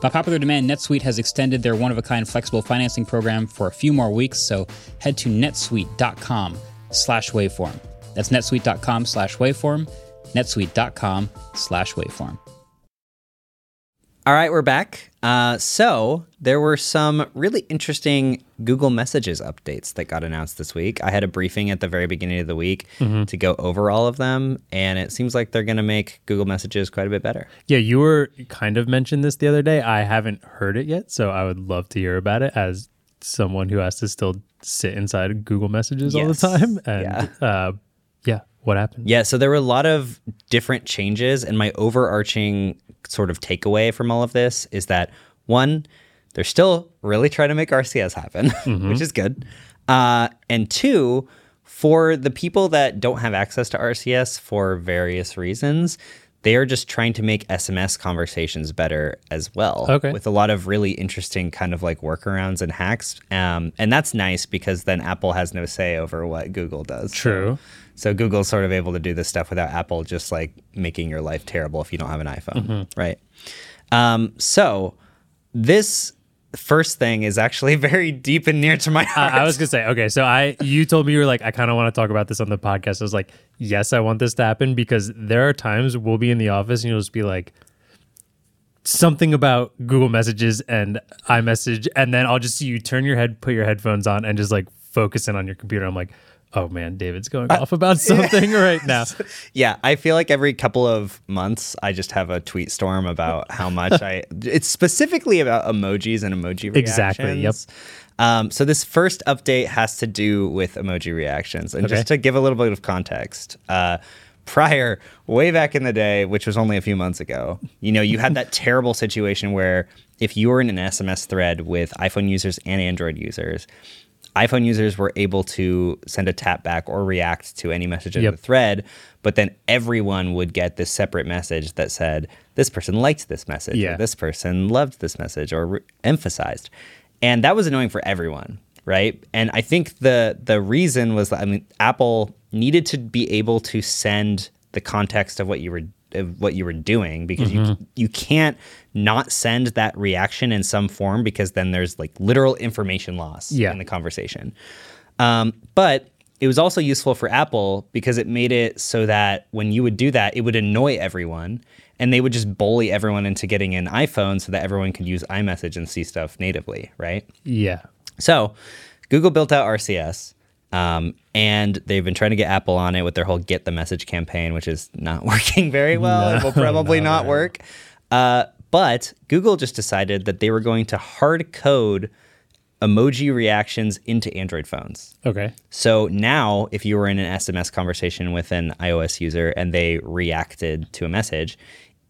Speaker 1: By popular demand, NetSuite has extended their one of a kind flexible financing program for a few more weeks, so head to netsuite.com slash waveform. That's netsuite.com slash waveform, netsuite.com slash waveform.
Speaker 3: All right, we're back. Uh, so there were some really interesting Google Messages updates that got announced this week. I had a briefing at the very beginning of the week to go over all of them, and it seems like they're going to make Google Messages quite a bit better.
Speaker 2: Yeah, you were you kind of mentioned this the other day. I haven't heard it yet, so I would love to hear about it as someone who has to still sit inside Google Messages
Speaker 3: Yes.
Speaker 2: all the time. And yeah, uh, yeah what happened?
Speaker 3: Yeah, so there were a lot of different changes, and my overarching sort of takeaway from all of this is that one, they're still really trying to make RCS happen, which is good. Uh, and two, for the people that don't have access to RCS for various reasons, they are just trying to make SMS conversations better as well.
Speaker 2: Okay.
Speaker 3: With a lot of really interesting kind of like workarounds and hacks. Um, and that's nice because then Apple has no say over what Google does.
Speaker 2: True.
Speaker 3: So Google's sort of able to do this stuff without Apple just like making your life terrible if you don't have an iPhone,
Speaker 2: Mm-hmm.
Speaker 3: right? Um, so this first thing is actually very deep and near to my heart.
Speaker 2: I, I was gonna say, okay, so I you told me you were like, I kind of want to talk about this on the podcast. I was like, yes, I want this to happen because there are times we'll be in the office and you'll just be like something about Google Messages and iMessage, and then I'll just see you turn your head, put your headphones on, and just like focus in on your computer. I'm like, oh man, David's going off about something right now.
Speaker 3: yeah, I feel like every couple of months I just have a tweet storm about how much I. It's specifically about emojis and emoji reactions.
Speaker 2: Exactly, yep.
Speaker 3: Um, so this first update has to do with emoji reactions, and just
Speaker 2: Okay.
Speaker 3: to give a little bit of context. Uh, Prior, way back in the day, which was only a few months ago, you know, you had that terrible situation where if you were in an SMS thread with iPhone users and Android users, iPhone users were able to send a tap back or react to any message in
Speaker 2: Yep.
Speaker 3: the thread, but then everyone would get this separate message that said, this person liked this message, or
Speaker 2: Yeah.
Speaker 3: this person loved this message, or re- emphasized. And that was annoying for everyone, right? And I think the the reason was that I mean, Apple needed to be able to send the context of what you were of what you were doing because you you can't not send that reaction in some form because then there's like literal information loss
Speaker 2: Yeah.
Speaker 3: in the conversation. Um, but it was also useful for Apple because it made it so that when you would do that, it would annoy everyone and they would just bully everyone into getting an iPhone so that everyone could use iMessage and see stuff natively, right?
Speaker 2: Yeah.
Speaker 3: So Google built out RCS. Um, and they've been trying to get Apple on it with their whole get the message campaign, which is not working very well. it will probably not work. Uh, but Google just decided that they were going to hard code emoji reactions into Android phones.
Speaker 2: Okay.
Speaker 3: So now, if you were in an SMS conversation with an iOS user and they reacted to a message,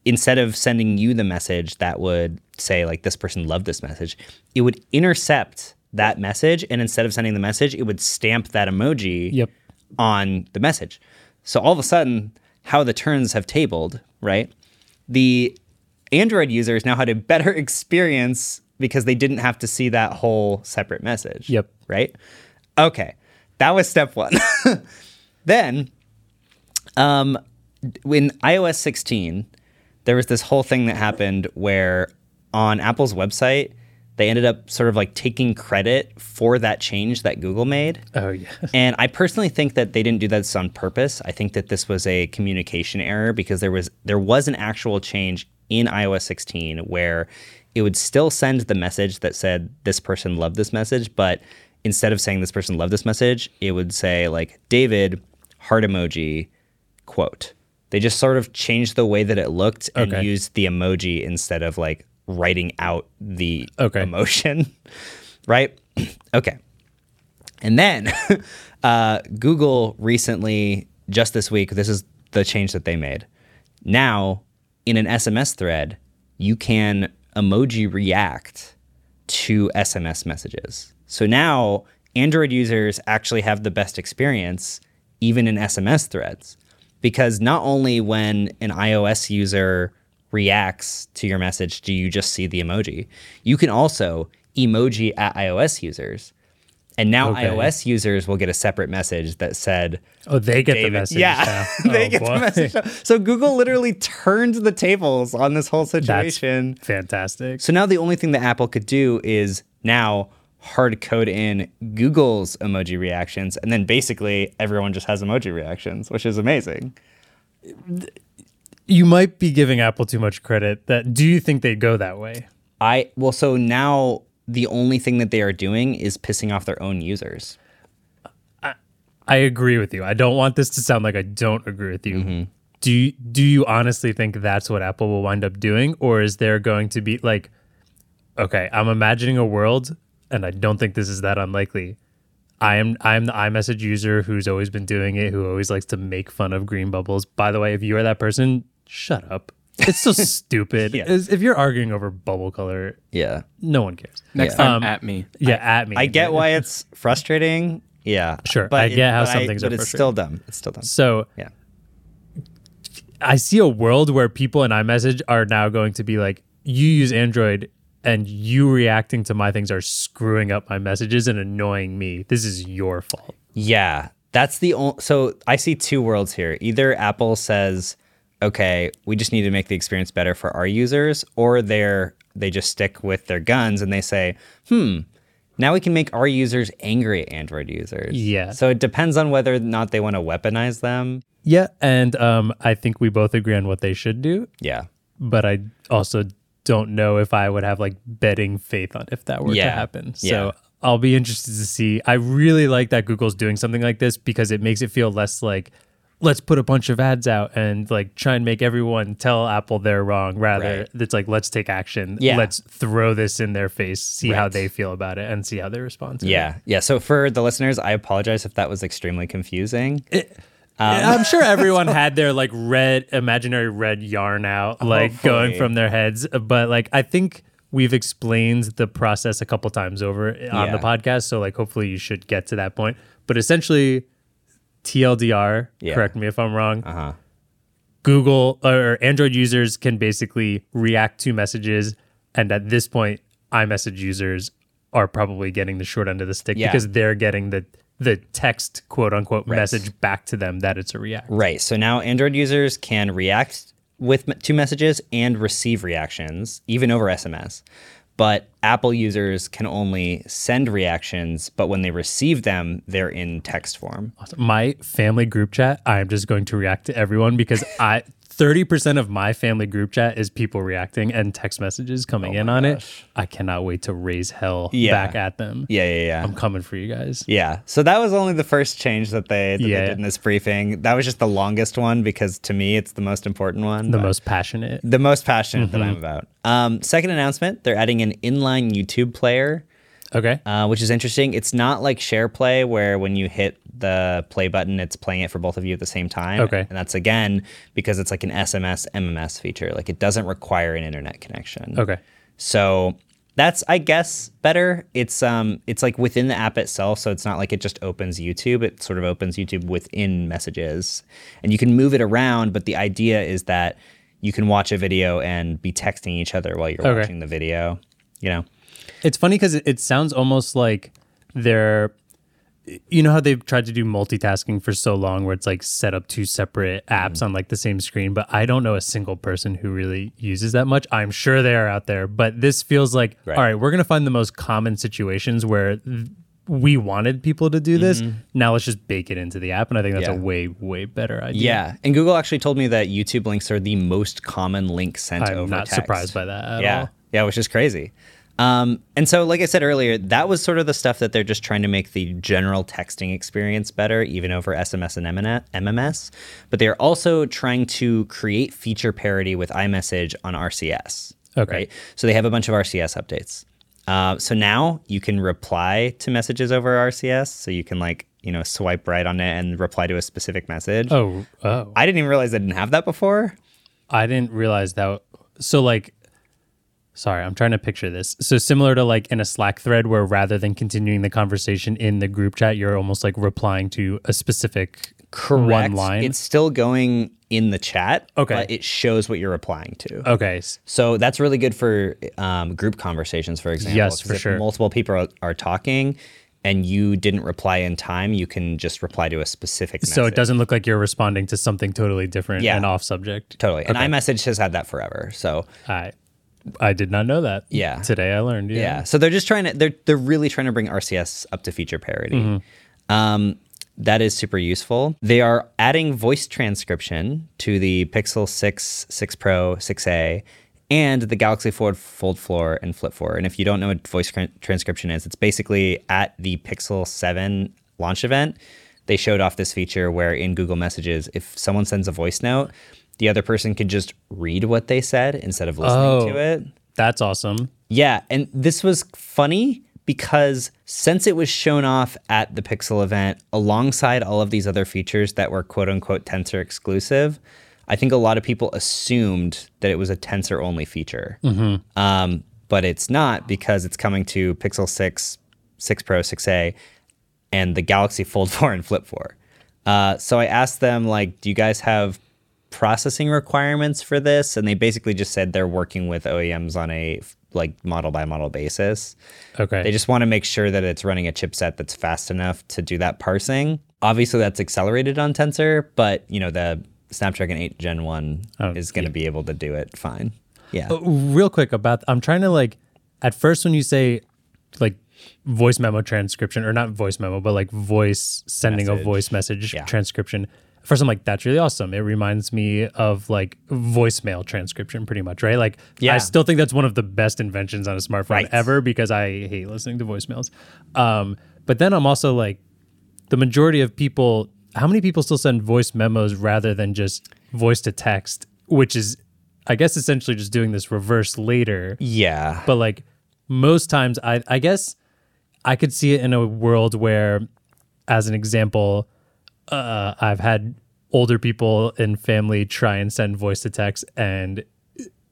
Speaker 3: instead of sending you the message that would say, like, this person loved this message, it would intercept that message. And instead of sending the message, it would stamp that emoji
Speaker 2: Yep.
Speaker 3: on the message. So all of a sudden, how the turns have tabled, right? The Android users now had a better experience because they didn't have to see that whole separate message.
Speaker 2: Yep.
Speaker 3: Right? Okay. That was step one. then, um, in iOS 16, there was this whole thing that happened where on Apple's website, they ended up sort of like taking credit for that change that Google made.
Speaker 2: Oh yeah.
Speaker 3: And I personally think that they didn't do this on purpose. I think that this was a communication error because there was there was an actual change in iOS 16 where it would still send the message that said this person loved this message, but instead of saying this person loved this message, it would say like David heart emoji quote. They just sort of changed the way that it looked and
Speaker 2: Okay.
Speaker 3: used the emoji instead of like writing out the
Speaker 2: Okay.
Speaker 3: emotion, right? okay. And then uh, Google recently, just this week, this is the change that they made. Now, in an SMS thread, you can emoji react to SMS messages. So now Android users actually have the best experience, even in SMS threads, because not only when an iOS user reacts to your message do you just see the emoji, you can also emoji at iOS users. And now
Speaker 2: Okay.
Speaker 3: iOS users will get a separate message that said,
Speaker 2: Oh, they get the
Speaker 3: David-
Speaker 2: message.
Speaker 3: Yeah,
Speaker 2: now.
Speaker 3: they
Speaker 2: Oh,
Speaker 3: get
Speaker 2: boy.
Speaker 3: the message. now. So Google literally turned the tables on this whole
Speaker 2: That's
Speaker 3: situation.
Speaker 2: fantastic.
Speaker 3: So now the only thing that Apple could do is now hard code in Google's emoji reactions, and then basically everyone just has emoji reactions, which is amazing.
Speaker 2: you might be giving Apple too much credit. That do you think they'd go that way?
Speaker 3: I well, so now the only thing that they are doing is pissing off their own users.
Speaker 2: I agree with you. I don't want this to sound like I don't agree with you.
Speaker 3: Mm-hmm.
Speaker 2: Do you, do you honestly think that's what Apple will wind up doing or is there going to be like okay, I'm imagining a world and I don't think this is that unlikely. I am I am the iMessage user who's always been doing it, who always likes to make fun of green bubbles. By the way, if you are that person, shut up. It's so stupid. Is- If you're arguing over bubble color,
Speaker 3: Yeah.
Speaker 2: no one cares.
Speaker 4: Next time,
Speaker 2: Um,
Speaker 4: at me.
Speaker 2: Yeah, at me.
Speaker 3: I get why it's frustrating. Yeah.
Speaker 2: Sure, I get how
Speaker 3: but
Speaker 2: some things are
Speaker 3: But it's still dumb. It's still dumb.
Speaker 2: So
Speaker 3: Yeah.
Speaker 2: I see a world where people in iMessage are now going to be like, you use Android and you reacting to my things are screwing up my messages and annoying me. This is your fault.
Speaker 3: Yeah, that's the only. So I see two worlds here. Either Apple says, "Okay, we just need to make the experience better for our users," or they're they just stick with their guns and they say, "Hmm, now we can make our users angry at Android users."
Speaker 2: Yeah.
Speaker 3: So it depends on whether or not they want to weaponize them.
Speaker 2: Yeah. And um, I think we both agree on what they should do,
Speaker 3: Yeah.
Speaker 2: but I also don't know if I would have like betting faith on if that were to
Speaker 3: Yeah,
Speaker 2: happen. So
Speaker 3: yeah.
Speaker 2: I'll be interested to see. I really like that Google's doing something like this because it makes it feel less like let's put a bunch of ads out and like try and make everyone tell Apple they're wrong. Rather,
Speaker 3: Right.
Speaker 2: it's like let's take action.
Speaker 3: Yeah.
Speaker 2: Let's throw this in their face, see how
Speaker 3: Right.
Speaker 2: they feel about it, and see how they respond. To it.
Speaker 3: Yeah. Yeah. So for the listeners, I apologize if that was extremely confusing. Um,
Speaker 2: I'm sure everyone had their like red imaginary red yarn
Speaker 3: Oh,
Speaker 2: out, like going
Speaker 3: Hopefully.
Speaker 2: from their heads. But like I think we've explained the process a couple times over on
Speaker 3: Yeah.
Speaker 2: the podcast, so like hopefully you should get to that point. But essentially, TLDR,
Speaker 3: Yeah.
Speaker 2: correct me if I'm wrong. Uh-huh. Google or Android users can basically react to messages, and at this point, iMessage users are probably getting the short end of the stick
Speaker 3: Yeah.
Speaker 2: because they're getting the the text quote unquote message back to them that it's a react.
Speaker 3: Right. So now Android users can react with me- to messages and receive reactions, even over SMS. But Apple users can only send reactions, but when they receive them, they're in text form.
Speaker 2: My family group chat, I am just going to react to everyone because I 30% of my family group chat is people reacting and text messages coming in on it. I cannot wait to raise hell
Speaker 3: Oh Yeah.
Speaker 2: back at them.
Speaker 3: Yeah, yeah, yeah.
Speaker 2: I'm coming for you guys.
Speaker 3: yeah. So that was only the first change that they, that
Speaker 2: Yeah.
Speaker 3: they did in this briefing. That was just the longest one because to me, it's the most important one.
Speaker 2: The
Speaker 3: but-
Speaker 2: most Mm-hmm. passionate.
Speaker 3: the most passionate that I'm about. Um, second announcement they're adding an inline YouTube player.
Speaker 2: Okay.
Speaker 3: uh, which is interesting. It's not like share play where when you hit the play button, it's playing it for both of you at the same time.
Speaker 2: Okay.
Speaker 3: And that's again because it's like an SMS MMS feature. Like it doesn't require an internet connection.
Speaker 2: Okay.
Speaker 3: So that's I guess better. It's um it's like within the app itself, so it's not like it just opens YouTube. It sort of opens YouTube within messages. And you can move it around, but the idea is that you can watch a video and be texting each other while you're
Speaker 2: Okay.
Speaker 3: watching the video. You know?
Speaker 2: It's funny because it, it sounds almost like they're, you know how they've tried to do multitasking for so long, where it's like set up two separate apps
Speaker 3: Mm-hmm.
Speaker 2: on like the same screen. But I don't know a single person who really uses that much. I'm sure they are out there, but this feels like all right. We're gonna find the most common situations where. th- we wanted people to do this. Now let's just bake it into the app, and I think that's
Speaker 3: Mm-hmm. Yeah.
Speaker 2: a way, way better idea.
Speaker 3: Yeah, and Google actually told me that YouTube links are the most common link sent
Speaker 2: I'm
Speaker 3: over
Speaker 2: not
Speaker 3: text.
Speaker 2: surprised by that at
Speaker 3: yeah,
Speaker 2: all.
Speaker 3: yeah, which is crazy. Um, and so, like I said earlier, that was sort of the stuff that they're just trying to make the general texting experience better, even over SMS and MN- MMS. But they're also trying to create feature parity with iMessage on RCS.
Speaker 2: Okay.
Speaker 3: Right? So they have a bunch of RCS updates. Uh, so now you can reply to messages over RCS. So you can like you know swipe right on it and reply to a specific message.
Speaker 2: Oh, oh.
Speaker 3: I didn't even realize I didn't have that before.
Speaker 2: I didn't realize that. So like, sorry, I'm trying to picture this. So similar to like in a Slack thread where rather than continuing the conversation in the group chat, you're almost like replying to a specific one line.
Speaker 3: It's still going in the chat.
Speaker 2: Okay.
Speaker 3: But it shows what you're replying to.
Speaker 2: okay. s-
Speaker 3: So that's really good for um, group conversations, for example.
Speaker 2: Yes,
Speaker 3: 'cause
Speaker 2: for
Speaker 3: if
Speaker 2: sure.
Speaker 3: Multiple people are, are talking and you didn't reply in time, you can just reply to a specific message.
Speaker 2: So it doesn't look like you're responding to something totally different
Speaker 3: Yeah.
Speaker 2: and off subject.
Speaker 3: Totally. And iMessage has had that forever. So
Speaker 2: I I did not know that.
Speaker 3: Yeah.
Speaker 2: Today I learned. Yeah. Mm-hmm.
Speaker 3: Yeah. So they're just trying to they're they're really trying to bring RCS up to feature parity. Um, That is super useful. They are adding voice transcription to the Pixel 6, 6 Pro, 6A, and the Galaxy Fold, Fold Floor, and Flip 4. And if you don't know what voice tran- transcription is, it's basically at the Pixel 7 launch event, they showed off this feature where in Google Messages, if someone sends a voice note, the other person could just read what they said instead of listening
Speaker 2: Oh.
Speaker 3: to it.
Speaker 2: That's awesome.
Speaker 3: Yeah, and this was funny because since it was shown off at the Pixel event alongside all of these other features that were quote unquote tensor exclusive, I think a lot of people assumed that it was a tensor only feature. Um, but it's not because it's coming to Pixel 6, 6 Pro, 6A, and the Galaxy Fold 4 and Flip 4. Uh, so I asked them, like, do you guys have processing requirements for this? And they basically just said they're working with OEMs on a like model by model basis.
Speaker 2: Okay.
Speaker 3: They just want to make sure that it's running a chipset that's fast enough to do that parsing. Obviously, that's accelerated on Tensor, but you know the Snapdragon 8 Gen 1 is going to be able to do it fine. Yeah.
Speaker 2: real quick about I'm trying to like at first when you say like voice memo transcription or not voice memo but like voice sending a voice message transcription first I'm like that's really awesome it reminds me of like voicemail transcription pretty much right like I
Speaker 3: Yeah.
Speaker 2: still think that's one of the best inventions on a smartphone
Speaker 3: Right.
Speaker 2: ever because I hate listening to voicemails um but then I'm also like the majority of people how many people still send voice memos rather than just voice to text which is i guess essentially just doing this reverse later
Speaker 3: Yeah.
Speaker 2: but like most times i i guess i could see it in a world where as an example uh, i've had older people in family try and send voice to text and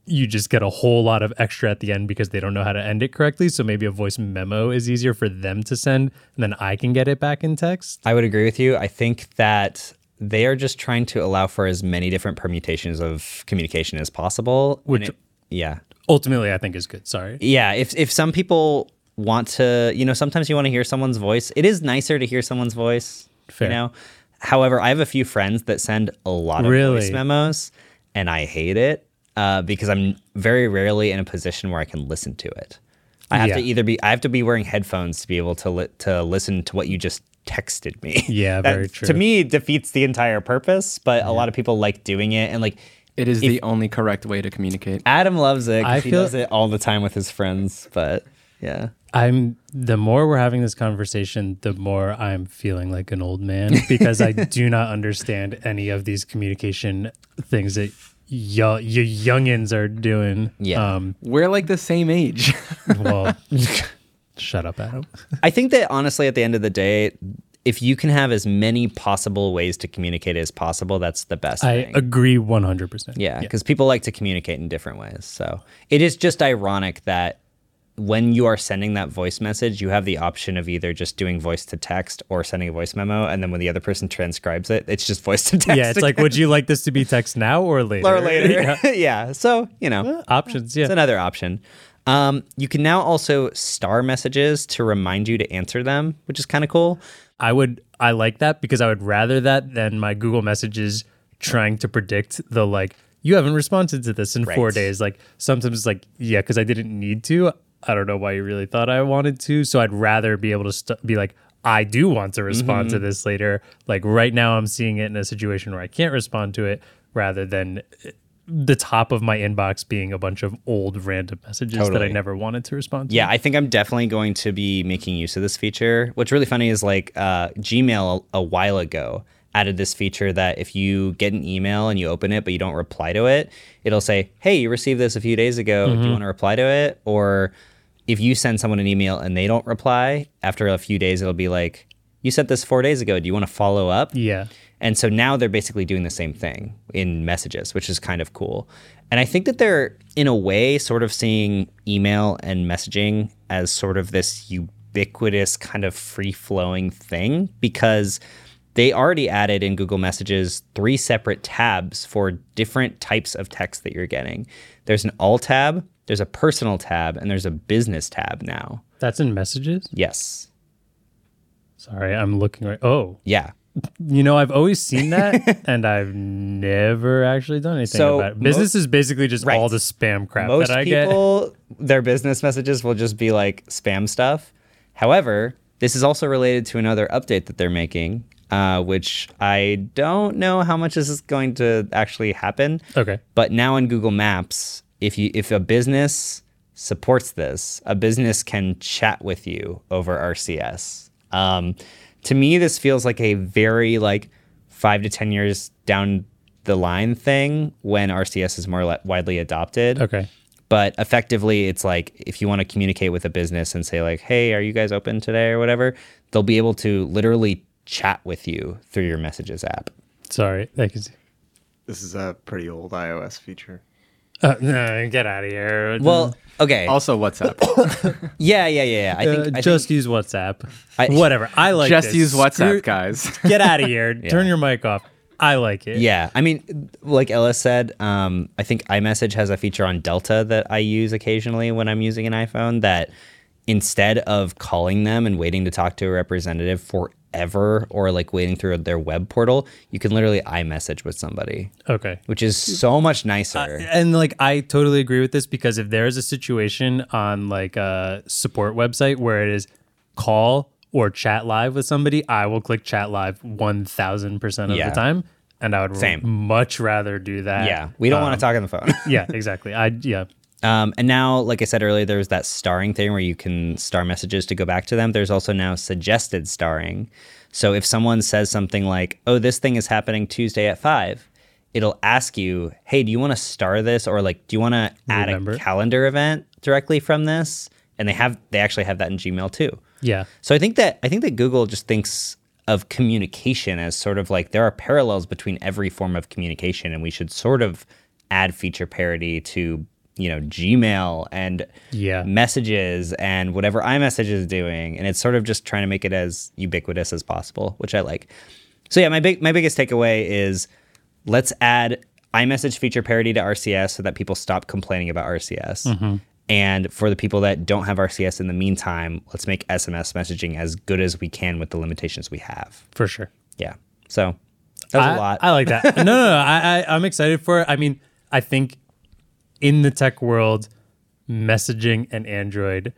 Speaker 2: you just get a whole lot of extra at the end because they don't know how to end it correctly so maybe a voice memo is easier for them to send and then i can get it back in text
Speaker 3: I would agree with you. I think that they are just trying to allow for as many different permutations of communication as possible. and
Speaker 2: Which-
Speaker 3: it- yeah.
Speaker 2: ultimately i think is good sorry
Speaker 3: Yeah, if if some people want to, you know, sometimes you want to hear someone's voice. It is nicer to hear someone's voice,
Speaker 2: Fair.
Speaker 3: you know. However, I have a few friends that send a lot of
Speaker 2: Really?
Speaker 3: voice memos, and I hate it uh, because I'm very rarely in a position where I can listen to it. I have to
Speaker 2: Yeah.
Speaker 3: either be I have to be wearing headphones to be able to li- to listen to what you just texted me.
Speaker 2: Yeah, very true.
Speaker 3: To me, defeats the entire purpose. But a lot of people like doing it, and like
Speaker 4: It is the only correct way to communicate.
Speaker 3: Adam loves it. 'cause
Speaker 2: I
Speaker 3: he
Speaker 2: feel-
Speaker 3: does it all the time with his friends. But yeah.
Speaker 2: I'm the more we're having this conversation, the more I'm feeling like an old man because I do not understand any of these communication things that y'all you youngins are doing.
Speaker 3: Yeah.
Speaker 2: Um,
Speaker 4: We're like the same age.
Speaker 2: well, shut up, Adam.
Speaker 3: I think that honestly, at the end of the day, if you can have as many possible ways to communicate as possible, that's the best
Speaker 2: I
Speaker 3: thing.
Speaker 2: agree 100%.
Speaker 3: yeah, because people like to communicate in different ways. So it is just ironic that when you are sending that voice message, you have the option of either just doing voice to text or sending a voice memo. And then when the other person transcribes it, it's just voice to text.
Speaker 2: Yeah. It's like, would you like this to be text now or later?
Speaker 3: or later. yeah. So, you know.
Speaker 2: Options. Yeah.
Speaker 3: It's another option. Um, you can now also star messages to remind you to answer them, which is kind of cool.
Speaker 2: I would I like that because I would rather that than my Google messages trying to predict the like you haven't responded to this in four
Speaker 3: Right.
Speaker 2: days. Like sometimes it's like yeah, because I didn't need to. I don't know why you really thought I wanted to. So I'd rather be able to st- be like I do want to respond
Speaker 3: Mm-hmm.
Speaker 2: to this later. Like right now, I'm seeing it in a situation where I can't respond to it, rather than uh, the top of my inbox being a bunch of old random messages that I
Speaker 3: Totally.
Speaker 2: never wanted to respond to.
Speaker 3: Yeah, I think I'm definitely going to be making use of this feature. What's really funny is like uh, Gmail a while ago added this feature that if you get an email and you open it but you don't reply to it, it'll say, "Hey, you received this a few days ago. Do you want to reply to it?" Or if you send someone an email and they don't reply after a few days, it'll be like, "You sent this four days ago. Do you want to follow up?"
Speaker 2: yeah.
Speaker 3: And so now they're basically doing the same thing in messages, which is kind of cool. And I think that they're, in a way, sort of seeing email and messaging as sort of this ubiquitous, kind of free flowing thing because they already added in Google Messages three separate tabs for different types of text that you're getting there's an all tab, there's a personal tab, and there's a business tab now.
Speaker 2: That's in messages.
Speaker 3: Yes.
Speaker 2: Sorry, I'm looking right. Oh.
Speaker 3: Yeah.
Speaker 2: You know, I've always seen that, and I've never actually done anything
Speaker 3: So,
Speaker 2: about it. Business is basically just
Speaker 3: Right.
Speaker 2: all the spam crap
Speaker 3: most
Speaker 2: that I get.
Speaker 3: people their business messages will just be like spam stuff however this is also related to another update that they're making uh, which I don't know how much this is going to actually happen.
Speaker 2: Okay.
Speaker 3: But now in Google Maps, if you if a business supports this, a business can chat with you over RCS. Um, to me, this feels like a very like five to ten years down the line thing when RCS is more li- widely adopted
Speaker 2: Okay.
Speaker 3: but effectively it's like if you want to communicate with a business and say like hey are you guys open today or whatever they'll be able to literally chat with you through your messages app
Speaker 2: Sorry. Thank you.
Speaker 5: This is a pretty old iOS feature.
Speaker 2: Uh, no, get out of here.
Speaker 3: well okay
Speaker 4: Also, WhatsApp.
Speaker 3: yeah yeah yeah, yeah. i think,
Speaker 2: Mm. Uh,
Speaker 3: I
Speaker 2: just
Speaker 3: think
Speaker 2: use WhatsApp.
Speaker 3: I-
Speaker 2: Whatever. I like
Speaker 4: Just
Speaker 2: this.
Speaker 4: use
Speaker 2: Screw-
Speaker 4: WhatsApp, guys.
Speaker 2: Get out of here. Turn your mic off. I like it.
Speaker 3: yeah i mean like ellis said um, i think imessage has a feature on delta that i use occasionally when i'm using an iphone that instead of calling them and waiting to talk to a representative forever or like waiting through their web portal you can literally imessage with somebody
Speaker 2: Okay.
Speaker 3: which is so much nicer.
Speaker 2: And like I totally agree with this because if there is a situation on like a support website where it is call or chat live with somebody, I will click chat live one thousand percent of
Speaker 3: Yeah.
Speaker 2: the time, and I would
Speaker 3: Same.
Speaker 2: much rather do that.
Speaker 3: yeah, we don't want to talk on the phone.
Speaker 2: yeah, exactly. I yeah.
Speaker 3: um, and now, like I said earlier, there's that starring thing where you can star messages to go back to them. There's also now suggested starring. So if someone says something like, "Oh, this thing is happening Tuesday at 5, it'll ask you, "Hey, do you want to star this or like do you want to add
Speaker 2: Remember.
Speaker 3: a calendar event directly from this?" And they have they actually have that in Gmail too.
Speaker 2: Yeah.
Speaker 3: So I think that I think that Google just thinks of communication as sort of like there are parallels between every form of communication, and we should sort of add feature parity to you know Gmail and
Speaker 2: Yeah.
Speaker 3: messages and whatever iMessage is doing, and it's sort of just trying to make it as ubiquitous as possible, which I like. So yeah, my big my biggest takeaway is let's add iMessage feature parity to RCS so that people stop complaining about RCS.
Speaker 2: Mm-hmm.
Speaker 3: And for the people that don't have RCS in the meantime, let's make SMS messaging as good as we can with the limitations we have.
Speaker 2: For sure.
Speaker 3: Yeah. So that was
Speaker 2: I,
Speaker 3: a lot.
Speaker 2: I like that. No, no, no. I, I, I'm excited for it. I mean, I think in the tech world, messaging and Android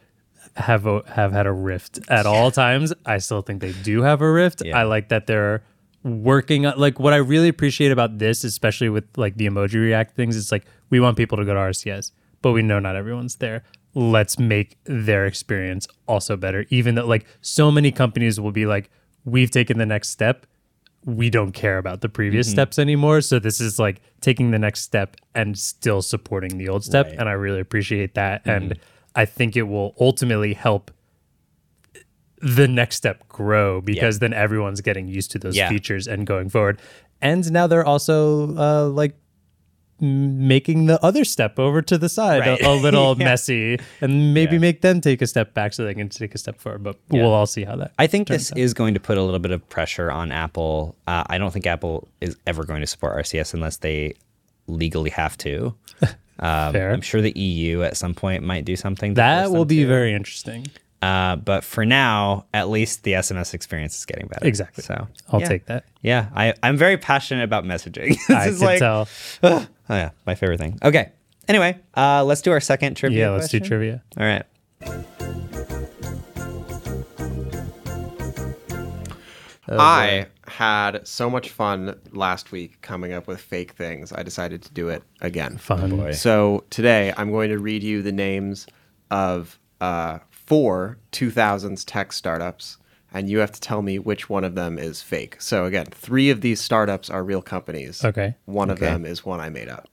Speaker 2: have a, have had a rift at all times. I still think they do have a rift. I like that they're working on like what I really appreciate about this, especially with like the emoji react things. It's like we want people to go to RCS, but we know not everyone's there. Let's make their experience also better. Even though like so many companies will be like, we've taken the next step we don't care about the previous
Speaker 3: Mm-hmm.
Speaker 2: steps anymore. So this is like taking the next step and still supporting the old step. And I really appreciate that.
Speaker 3: Mm-hmm.
Speaker 2: And I think it will ultimately help the next step grow because then everyone's getting used to those
Speaker 3: Yeah.
Speaker 2: features and going forward. And now they're also uh, like m- making the other step over to the side
Speaker 3: Right.
Speaker 2: a, a little messy and maybe make them take a step back so they can take a step forward. But we'll all see how that.
Speaker 3: I think this is going to put a little bit of pressure on Apple. Uh, I don't think Apple is ever going to support RCS unless they legally have to. Um,
Speaker 2: Fair.
Speaker 3: I'm sure the EU at some point might do something. to
Speaker 2: that
Speaker 3: force
Speaker 2: will
Speaker 3: them
Speaker 2: be
Speaker 3: to.
Speaker 2: very interesting.
Speaker 3: Uh, but for now, at least the SMS experience is getting better.
Speaker 2: Exactly.
Speaker 3: So
Speaker 2: I'll
Speaker 3: yeah.
Speaker 2: take that.
Speaker 3: Yeah, I, I'm very passionate about messaging. this
Speaker 2: I
Speaker 3: is
Speaker 2: can
Speaker 3: like,
Speaker 2: tell.
Speaker 3: Oh yeah, my favorite thing. Okay. Anyway, uh, let's do our second trivia.
Speaker 2: Yeah, let's do
Speaker 3: question.
Speaker 2: trivia.
Speaker 3: All right.
Speaker 2: Oh,
Speaker 5: I had so much fun last week coming up with fake things. I decided to do it again.
Speaker 2: Fun.
Speaker 5: So today I'm going to read you the names of uh, four 2000s tech startups, and you have to tell me which one of them is fake. So again, three of these startups are real companies.
Speaker 2: Okay.
Speaker 5: One of them is one I made up.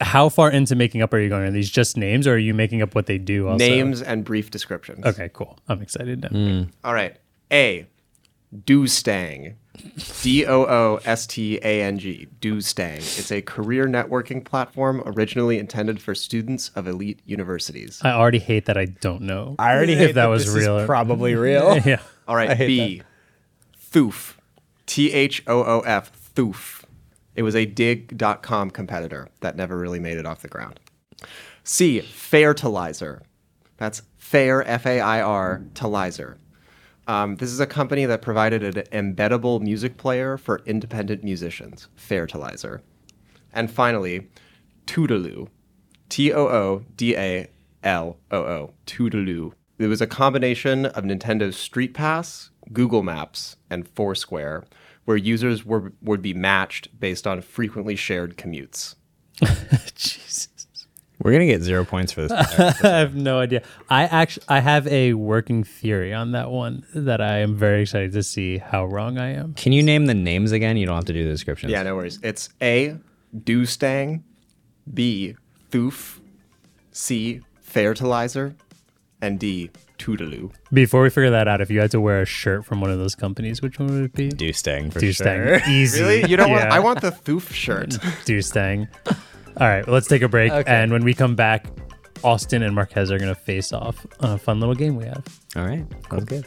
Speaker 2: How far into making up are you going? Are these just names or are you making up what they do also?
Speaker 5: Names and brief descriptions.
Speaker 2: Okay, cool. I'm excited now.
Speaker 5: All right. A. Doostang. D O O S T A N G. Doostang. It's a career networking platform originally intended for students of elite universities.
Speaker 2: I already hate that I don't know.
Speaker 3: I already
Speaker 2: if that was real. or-
Speaker 3: probably real.
Speaker 2: yeah.
Speaker 5: All right. B. Thoof. T H O O F. Thoof. It was a dig.com competitor that never really made it off the ground. C. Fairtilizer. That's Fair, F A I R, Tilizer. Um, this is a company that provided an embeddable music player for independent musicians, Fairtilizer. And finally, Toodaloo. T O O D A L O O. Toodaloo. It was a combination of Nintendo's Street Pass, Google Maps, and Foursquare, where users were, would be matched based on frequently shared commutes.
Speaker 2: Jesus.
Speaker 3: We're gonna get zero points for this.
Speaker 2: I have no idea. I actually I have a working theory on that one that I am very excited to see how wrong I am.
Speaker 3: Can you name the names again? You don't have to do the descriptions.
Speaker 5: Yeah, no worries. It's A, Doostang, B, Thoof, C, Fertilizer, and D, Toodaloo.
Speaker 2: Before we figure that out, if you had to wear a shirt from one of those companies, which one would it be?
Speaker 3: Doostang for
Speaker 2: Deuce
Speaker 3: sure.
Speaker 2: Stang. Easy.
Speaker 5: Really? You don't want?
Speaker 2: Yeah.
Speaker 5: I want the Thoof shirt.
Speaker 2: Deuce Stang. All right, well, let's take a break.
Speaker 3: Okay.
Speaker 2: And when we come back, Austin and Marquez are going to face off on a fun little game we have.
Speaker 3: All right, sounds good.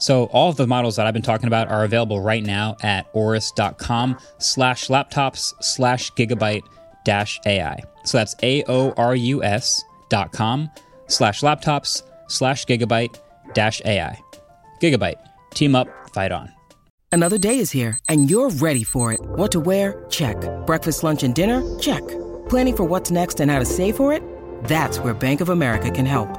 Speaker 1: So all of the models that I've been talking about are available right now at oris.com slash laptops slash gigabyte dash AI. So that's A-O-R-U-S dot com slash laptops slash gigabyte dash AI. Gigabyte. Team up, fight on.
Speaker 6: Another day is here, and you're ready for it. What to wear? Check. Breakfast, lunch, and dinner? Check. Planning for what's next and how to save for it? That's where Bank of America can help.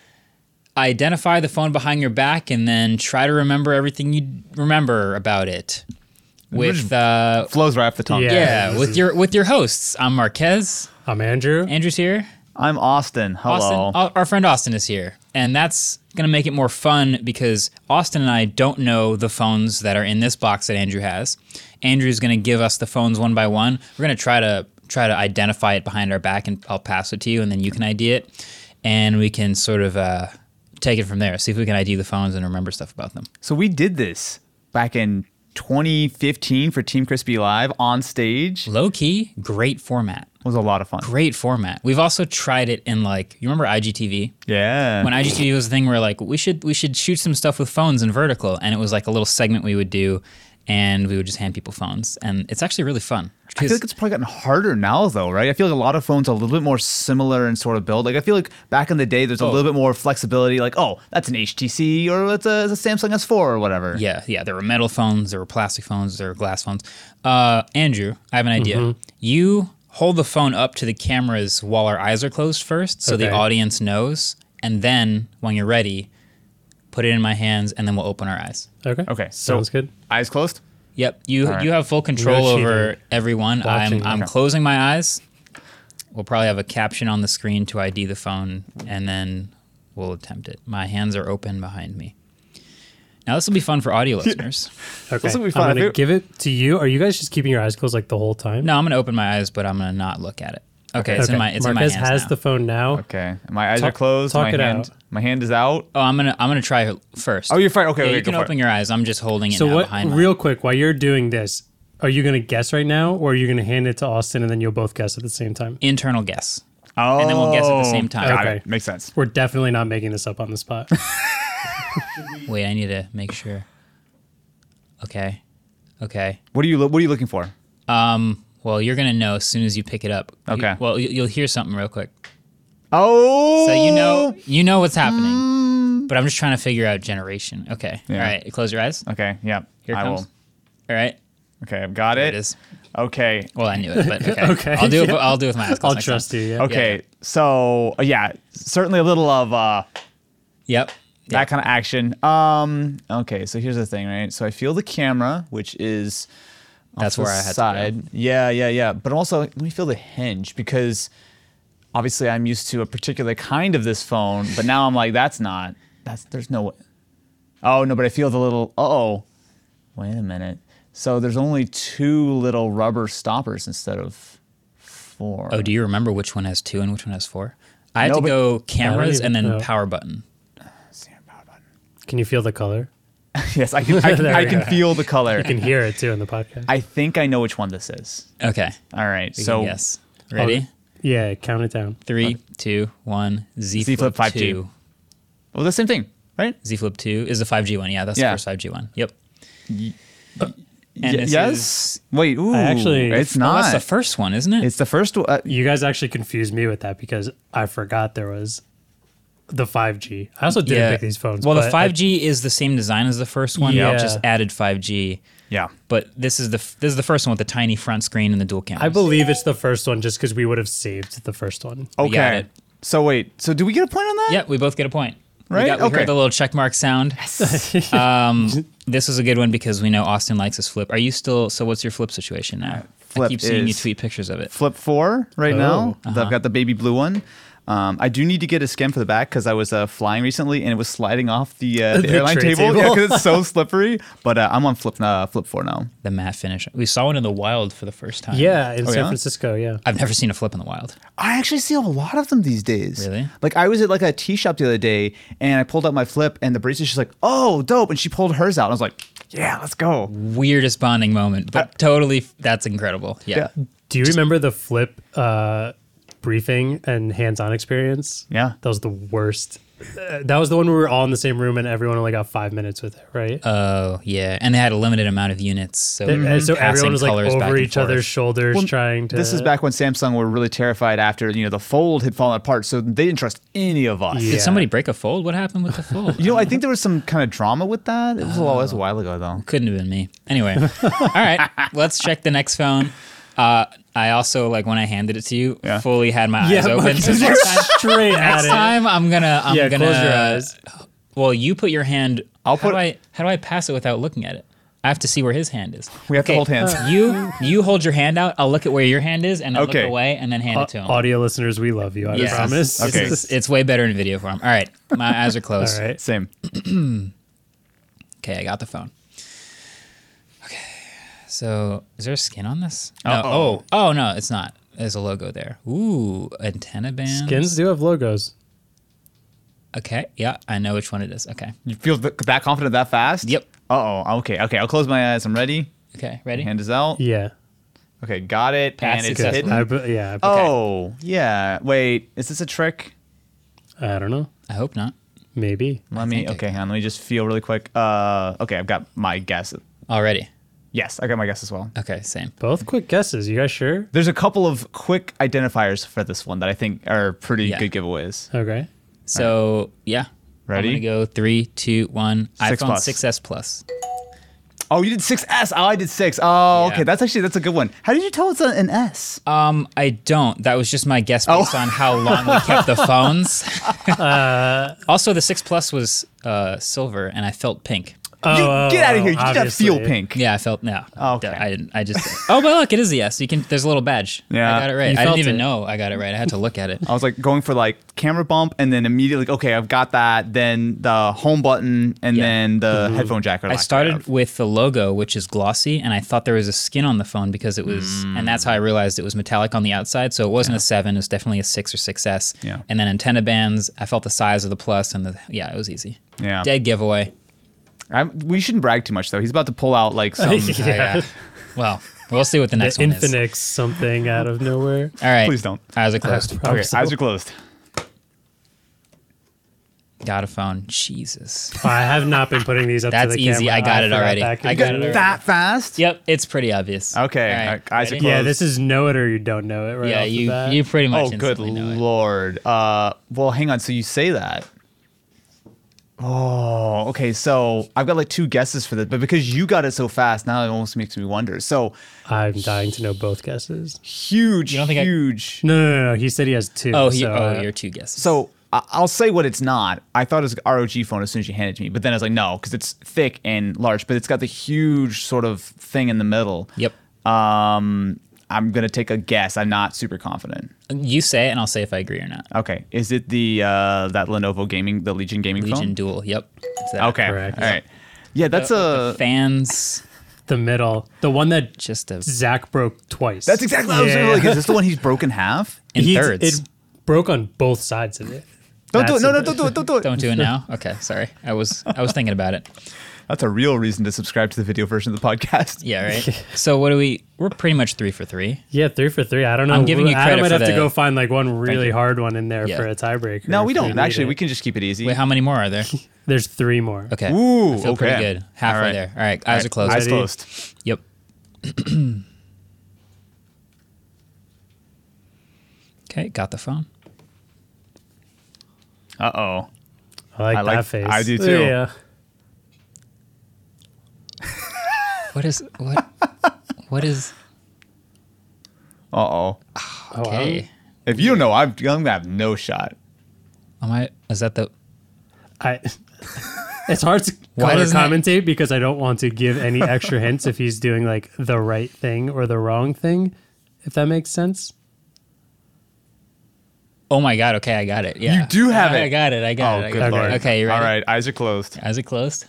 Speaker 1: Identify the Phone Behind Your Back and then try to remember everything you remember about it. With uh
Speaker 7: Flows right off the tongue.
Speaker 2: Yeah.
Speaker 1: yeah, with your with your hosts. I'm Marquez.
Speaker 2: I'm Andrew.
Speaker 1: Andrew's here.
Speaker 7: I'm Austin. Hello.
Speaker 1: Austin, uh, our- our friend Austin is here. And that's going to make it more fun because Austin and I don't know the phones that are in this box that Andrew has. Andrew's going to give us the phones one by one. We're going to try to try to identify it behind our back and I'll pass it to you and then you can ID it and we can sort of uh, take it from there. See if we can ID the phones and remember stuff about them.
Speaker 7: So we did this back in 2015 for Team Crispy Live on stage. It
Speaker 1: Low key, great format.
Speaker 7: was a lot of fun.
Speaker 1: Great format. We've also tried it in like, you remember IGTV?
Speaker 7: Yeah.
Speaker 1: when IGTV was a thing where like we should we should shoot some stuff with phones in vertical, and it was like a little segment we would do, and we would just hand people phones, and it's actually really fun.
Speaker 7: I feel like it's probably gotten harder now, though, right? I feel like a lot of phones are a little bit more similar in sort of build. Like I feel like back in the day, there's a
Speaker 1: Oh.
Speaker 7: little bit more flexibility. Like, oh, that's an HTC or it's a, it's a Samsung S4 or whatever.
Speaker 1: yeah, yeah, there were metal phones, there were plastic phones, there were glass phones. Uh, Andrew, I have an idea.
Speaker 7: Mm-hmm.
Speaker 1: You hold the phone up to the cameras while our eyes are closed first, so the
Speaker 2: Okay.
Speaker 1: audience knows, and then when you're ready, put it in my hands, and then we'll open our eyes.
Speaker 2: Okay.
Speaker 7: Okay. So
Speaker 2: Sounds good.
Speaker 7: Eyes closed.
Speaker 1: Yep. You
Speaker 7: right.
Speaker 1: you have full control
Speaker 2: Roshi
Speaker 1: over
Speaker 2: there.
Speaker 1: everyone.
Speaker 2: Watching.
Speaker 1: I'm I'm
Speaker 2: Okay.
Speaker 1: closing my eyes. We'll probably have a caption on the screen to ID the phone, and then we'll attempt it. My hands are open behind me. Now this will be fun for audio listeners.
Speaker 2: Okay.
Speaker 5: This will be
Speaker 2: I'm
Speaker 5: fun.
Speaker 2: gonna
Speaker 5: If it-
Speaker 2: give it to you. Are you guys just keeping your eyes closed like the whole time?
Speaker 1: No, I'm gonna open my eyes, but I'm gonna not look at it. Okay, it's
Speaker 2: Okay.
Speaker 1: in my it's
Speaker 2: Marquez
Speaker 1: in my hands
Speaker 2: has
Speaker 1: now.
Speaker 2: the phone now.
Speaker 7: Okay. My eyes
Speaker 2: Talk-
Speaker 7: are closed.
Speaker 2: talk
Speaker 7: my
Speaker 2: it
Speaker 7: hand.
Speaker 2: out.
Speaker 7: My hand is out.
Speaker 1: oh, I'm gonna I'm gonna try first.
Speaker 7: Oh, you're fine. Okay,
Speaker 1: Yeah,
Speaker 7: okay,
Speaker 1: you
Speaker 7: go
Speaker 1: can
Speaker 7: for
Speaker 1: open
Speaker 7: it.
Speaker 1: your eyes. I'm just holding it
Speaker 2: So
Speaker 1: now
Speaker 2: what?
Speaker 1: behind. my-
Speaker 2: Real quick, while you're doing this, are you going to guess right now, or are you going to hand it to Austin and then you'll both guess at the same time?
Speaker 1: internal guess.
Speaker 7: Oh.
Speaker 1: then we'll guess at the same time.
Speaker 7: Got
Speaker 2: Okay.
Speaker 7: it. Makes sense.
Speaker 2: We're definitely not making this up on the spot.
Speaker 1: Wait, I need to make sure. Okay, okay.
Speaker 7: What are you lo- What are you looking for?
Speaker 1: Um. Well, you're gonna know as soon as you pick it up. You-
Speaker 7: Okay.
Speaker 1: well, you- you'll hear something real quick,
Speaker 7: Oh. Mm.
Speaker 1: so you know you know what's happening. But I'm just trying to figure out generation. Okay.
Speaker 7: Yeah.
Speaker 1: All right. Close your eyes.
Speaker 7: Okay. Yeah.
Speaker 1: Here it
Speaker 7: I
Speaker 1: comes.
Speaker 7: will.
Speaker 1: All right.
Speaker 7: Okay. I've got it.
Speaker 1: It is.
Speaker 7: Okay.
Speaker 1: Well, I knew it, but okay.
Speaker 2: Okay,
Speaker 1: I'll do it.
Speaker 2: yeah.
Speaker 1: I'll do it with my eyes closed
Speaker 2: I'll
Speaker 1: next
Speaker 2: trust
Speaker 1: time.
Speaker 2: you. Yeah.
Speaker 7: Okay. So uh, yeah, certainly a little of uh,
Speaker 1: Yep.
Speaker 7: that kind of action. Um. Okay. So here's the thing, right? So I feel the camera, which is off
Speaker 1: That's
Speaker 7: the
Speaker 1: where I had to go.
Speaker 7: side. Yeah. Yeah. Yeah. But also, let me feel the hinge because obviously I'm used to a particular kind of this phone, but now I'm like, that's not. That's there's no. way. Oh no, but I feel the little. Oh. Wait a minute. So there's only two little rubber stoppers instead of four.
Speaker 1: Oh, do you remember which one has two and which one has four? I had
Speaker 7: No,
Speaker 1: to
Speaker 7: but-
Speaker 1: go cameras
Speaker 2: even
Speaker 1: and then
Speaker 2: know.
Speaker 1: power button.
Speaker 2: Can you feel the color?
Speaker 7: Yes, I can. I can,
Speaker 2: There
Speaker 7: I
Speaker 2: we
Speaker 7: can
Speaker 2: go.
Speaker 7: feel the color.
Speaker 2: You can hear it too in the podcast.
Speaker 7: I think I know which one this is.
Speaker 1: Okay.
Speaker 7: All right.
Speaker 1: We
Speaker 7: so
Speaker 1: can guess. Ready?
Speaker 2: yeah, count it down.
Speaker 1: Three, two, one. Z,
Speaker 7: Z Flip
Speaker 1: Flip
Speaker 7: 5G.
Speaker 1: 2.
Speaker 7: well, the same thing, right?
Speaker 1: Z Flip 2 is the 5G one. Yeah, that's
Speaker 7: Yeah.
Speaker 1: the first 5G one. Yep.
Speaker 7: Y-
Speaker 1: this
Speaker 7: yes.
Speaker 1: is-
Speaker 7: Wait. Ooh,
Speaker 2: actually-
Speaker 7: it's
Speaker 1: Well,
Speaker 7: not.
Speaker 1: that's the first one, isn't it?
Speaker 7: it's the first one. Uh,
Speaker 2: You guys actually confused me with that because I forgot there was the 5G. I also didn't pick these phones.
Speaker 1: Well, the
Speaker 2: but I-
Speaker 1: 5G is the same design as the first one. Yeah.
Speaker 2: Yeah.
Speaker 1: just added 5G.
Speaker 7: yeah.
Speaker 1: But this is the f- this is the first one with the tiny front screen and the dual cameras.
Speaker 2: I believe it's the first one just because we would have saved the first one.
Speaker 1: We got
Speaker 7: Okay.
Speaker 1: it.
Speaker 7: So wait. So do we get a point on that?
Speaker 1: Yeah, we both get a point.
Speaker 7: Right?
Speaker 1: We, got, we
Speaker 7: Okay.
Speaker 1: heard the little check mark sound. um, this is a good one because we know Austin likes his flip. Are you still? So what's your flip situation now? I
Speaker 7: Uh, Flip
Speaker 1: keep seeing you
Speaker 7: is-
Speaker 1: tweet pictures of it.
Speaker 7: Flip four right now. I've got the baby blue one. Um, I do need to get a skin for the back because I was uh, flying recently and it was sliding off the, uh, the,
Speaker 2: The
Speaker 7: airline
Speaker 2: tray
Speaker 7: table
Speaker 2: table.
Speaker 7: because it's so slippery. But uh, I'm on flip uh, flip four now.
Speaker 1: The matte finish. We saw one in the wild for the first time.
Speaker 2: Yeah, in
Speaker 7: Oh,
Speaker 2: San
Speaker 7: yeah?
Speaker 2: Francisco. Yeah.
Speaker 1: I've never seen a flip in the wild.
Speaker 7: I actually see a lot of them these days.
Speaker 1: Really?
Speaker 7: Like I was at like a tea shop the other day, and I pulled out my flip, and the barista she's like, "Oh, dope!" and she pulled hers out. And I was like, "Yeah, let's go."
Speaker 1: Weirdest bonding moment, but totally. That's incredible. Yeah.
Speaker 7: Yeah.
Speaker 2: Do you remember the flip uh, briefing and hands-on experience?
Speaker 7: Yeah.
Speaker 2: that was the worst. Uh, That was the one where we were all in the same room and everyone only got five minutes with it, right?
Speaker 1: Oh yeah, and they had a limited amount of units, so
Speaker 2: And- and so
Speaker 1: passing
Speaker 2: everyone was like
Speaker 1: colors back
Speaker 2: over
Speaker 1: and
Speaker 2: each other's
Speaker 1: forth.
Speaker 2: shoulders,
Speaker 7: Well,
Speaker 2: trying to.
Speaker 7: This is back when Samsung were really terrified after you know the fold had fallen apart, so they didn't trust any of us.
Speaker 1: Did
Speaker 2: Yeah.
Speaker 1: somebody break a fold? What happened with the fold?
Speaker 7: You know, I think there was some kind of drama with that. It was, a, while,
Speaker 1: Oh.
Speaker 7: it was a while ago though.
Speaker 1: Couldn't have been me. Anyway, all right, let's check the next phone. Uh, I also like when I handed it to you,
Speaker 7: Yeah.
Speaker 1: fully had my eyes
Speaker 2: Yeah,
Speaker 1: open. So
Speaker 2: because you're
Speaker 1: next time,
Speaker 2: straight at
Speaker 1: next
Speaker 2: it.
Speaker 1: time I'm gonna, I'm
Speaker 2: Yeah,
Speaker 1: gonna.
Speaker 2: close your eyes.
Speaker 1: Well, you put your hand. I'll how
Speaker 7: put-
Speaker 1: Do I, how do I pass it without looking at it? I have to see where his hand is.
Speaker 7: We have to hold hands.
Speaker 1: You you hold your hand out. I'll look at where your hand is, and I
Speaker 7: Okay.
Speaker 1: look away, and then hand it to him.
Speaker 2: Uh, Audio listeners, we love you. I
Speaker 1: Yes.
Speaker 2: promise.
Speaker 7: Okay.
Speaker 1: It's, it's way better in video form. All right, my eyes are closed.
Speaker 2: all right.
Speaker 7: Same.
Speaker 1: Okay, I got the phone. Okay, so is there skin on this? No, oh, oh no, it's not. There's a logo there. Ooh, antenna band.
Speaker 2: Skins do have logos.
Speaker 1: Okay, yeah, I know which one it is. Okay,
Speaker 7: You feel th- that confident that fast?
Speaker 1: Yep.
Speaker 7: Uh oh. Okay. Okay. I'll close my eyes. I'm ready.
Speaker 1: okay, ready?
Speaker 7: Hand is out.
Speaker 2: Yeah.
Speaker 7: Okay. Got it.
Speaker 1: That's
Speaker 7: and it's
Speaker 1: successful.
Speaker 7: hidden.
Speaker 2: I, bu- yeah. I,
Speaker 7: Oh yeah. Wait. Is this a trick?
Speaker 2: I don't know.
Speaker 1: I hope not.
Speaker 2: Maybe.
Speaker 7: Let me.
Speaker 1: think I
Speaker 7: Okay, hang on. Let me just feel really quick. Uh, okay, I've got my guess.
Speaker 1: Already.
Speaker 7: Yes, I got my guess as well.
Speaker 1: Okay, same.
Speaker 2: Both quick guesses. You guys sure?
Speaker 7: There's a couple of quick identifiers for this one that I think are pretty
Speaker 1: Yeah.
Speaker 7: good giveaways.
Speaker 2: Okay.
Speaker 1: So yeah,
Speaker 7: Ready?
Speaker 1: I'm gonna go three, two, one.
Speaker 7: Six
Speaker 1: iPhone
Speaker 7: plus.
Speaker 1: 6s Plus.
Speaker 7: Oh, you did six S. Oh, I did six. Oh,
Speaker 1: Yeah.
Speaker 7: okay. That's actually that's a good one. How did you tell it's an, an S?
Speaker 1: Um, I don't. That was just my guess
Speaker 7: Oh.
Speaker 1: based on how long we kept the phones. also, the six plus was uh, silver, uh, and I felt pink.
Speaker 7: you,
Speaker 2: oh,
Speaker 7: get out
Speaker 2: oh,
Speaker 7: of here. You just got feel
Speaker 2: obviously.
Speaker 7: pink.
Speaker 1: Yeah, I felt no.
Speaker 7: Okay.
Speaker 1: I didn't. I just. Oh, but look, it is the S. You can. There's a little badge.
Speaker 7: Yeah.
Speaker 1: I got it right.
Speaker 2: You
Speaker 1: I
Speaker 2: felt
Speaker 1: didn't even
Speaker 2: it.
Speaker 1: know I got it right. I had to look at it.
Speaker 7: I was like going for like camera bump and then immediately, like, okay, I've got that. Then the home button and
Speaker 1: Yeah.
Speaker 7: then the headphone jack. or
Speaker 1: I
Speaker 7: lack
Speaker 1: started
Speaker 7: thereof.
Speaker 1: with the logo, which is glossy, and I thought there was a skin on the phone because it was, and that's how I realized it was metallic on the outside. So it wasn't a seven; it was definitely a six or six S.
Speaker 7: Yeah.
Speaker 1: And then antenna bands. I felt the size of the plus, and the yeah, it was easy.
Speaker 7: Yeah.
Speaker 1: Dead giveaway.
Speaker 7: I'm, we shouldn't brag too much though. He's about to pull out like some.
Speaker 1: Oh, Yeah. well, we'll see what the
Speaker 2: The
Speaker 1: next one is.
Speaker 2: Infinix something out of nowhere.
Speaker 1: All right.
Speaker 7: Please don't.
Speaker 1: Eyes are closed.
Speaker 7: okay, eyes are closed.
Speaker 1: Got a phone. Jesus.
Speaker 2: I have not been putting these up
Speaker 1: That's
Speaker 2: to the
Speaker 1: easy.
Speaker 2: camera.
Speaker 1: I got it
Speaker 2: forgot
Speaker 1: already.
Speaker 2: that
Speaker 1: I got it
Speaker 2: computer.
Speaker 7: That fast?
Speaker 1: Yep, it's pretty obvious.
Speaker 7: Okay,
Speaker 1: All
Speaker 7: uh, eyes are
Speaker 1: ready?
Speaker 7: closed.
Speaker 2: Yeah, this is know it or you don't know it. Right
Speaker 1: Yeah,
Speaker 2: off the
Speaker 1: you
Speaker 2: bat.
Speaker 1: you pretty much.
Speaker 7: Oh, good
Speaker 1: instantly know it.
Speaker 7: lord. Uh, well, hang on. So you say that. Oh, okay. So I've got like two guesses for this, but because you got it so fast, now it almost makes me wonder. So
Speaker 2: I'm dying to know both guesses.
Speaker 7: huge,
Speaker 1: You don't think I-
Speaker 7: huge.
Speaker 2: No, no, no, no. He said he has two.
Speaker 1: Oh, he,
Speaker 2: so,
Speaker 1: oh,
Speaker 2: uh,
Speaker 1: your two guesses.
Speaker 7: So I- I'll say what it's not. I thought it was ROG phone as soon as you handed it to me, but then I was like, no, because it's thick and large, but it's got the huge sort of thing in the middle.
Speaker 1: Yep.
Speaker 7: Um, I'm gonna take a guess. I'm not super confident.
Speaker 1: You say it, and I'll say if I agree or not.
Speaker 7: Okay, is it the uh, that Lenovo gaming, the Legion gaming
Speaker 1: Legion
Speaker 7: phone?
Speaker 1: Duel. Yep. It's that.
Speaker 7: Okay,
Speaker 2: Correct.
Speaker 7: all right. Yeah, that's a.
Speaker 1: Fans.
Speaker 2: the middle, the one that
Speaker 1: Just a
Speaker 2: Zach broke twice.
Speaker 7: That's exactly. what I was
Speaker 2: Yeah.
Speaker 7: gonna like, is this the one he's broken half?
Speaker 1: in
Speaker 2: He-
Speaker 1: thirds.
Speaker 2: It broke on both sides of it.
Speaker 7: Don't do it.
Speaker 2: That's
Speaker 7: No, no,
Speaker 2: a-
Speaker 7: don't do it. Don't do it.
Speaker 1: Don't do it now. Okay, sorry. I was I was thinking about it.
Speaker 7: That's a real reason to subscribe to the video version of the podcast.
Speaker 1: Yeah. Right. So what do we? We're pretty much three for three.
Speaker 2: Yeah, three for three. I don't know.
Speaker 1: I'm giving you
Speaker 2: Adam
Speaker 1: credit
Speaker 2: might
Speaker 1: for
Speaker 2: have
Speaker 1: the-
Speaker 2: to go find like one really
Speaker 1: you.
Speaker 2: hard one in there
Speaker 1: Yeah.
Speaker 2: for a tiebreaker.
Speaker 7: No, we
Speaker 2: if
Speaker 7: don't.
Speaker 2: need
Speaker 7: Actually,
Speaker 2: it.
Speaker 7: we can just keep it easy.
Speaker 1: Wait, how many more are there?
Speaker 2: There's three more.
Speaker 1: Okay.
Speaker 7: Ooh,
Speaker 1: I feel pretty
Speaker 7: okay.
Speaker 1: good. Halfway
Speaker 7: All right.
Speaker 1: there. All right. Eyes are closed.
Speaker 7: Eyes closed.
Speaker 1: Yep. okay. Got the phone.
Speaker 7: Uh oh.
Speaker 2: I like
Speaker 7: I
Speaker 2: that
Speaker 7: like-
Speaker 2: face.
Speaker 7: I do too.
Speaker 2: Yeah.
Speaker 1: What is what? What is?
Speaker 7: Uh oh.
Speaker 2: Oh, wow.
Speaker 1: Okay.
Speaker 7: If you don't know, I'm, I'm gonna have no shot.
Speaker 1: Am I? Is that the?
Speaker 2: I. It's hard to
Speaker 1: Why
Speaker 2: color
Speaker 1: doesn't it-
Speaker 2: commentate because I don't want to give any extra hints if he's doing like the right thing or the wrong thing, if that makes sense.
Speaker 1: Oh my god. Okay, I got it. Yeah.
Speaker 7: You do have
Speaker 1: I
Speaker 7: it. Oh,
Speaker 1: got it. I got it. I got it.
Speaker 2: lord.
Speaker 1: Okay, you ready?
Speaker 7: All right, eyes are closed.
Speaker 1: Eyes are closed.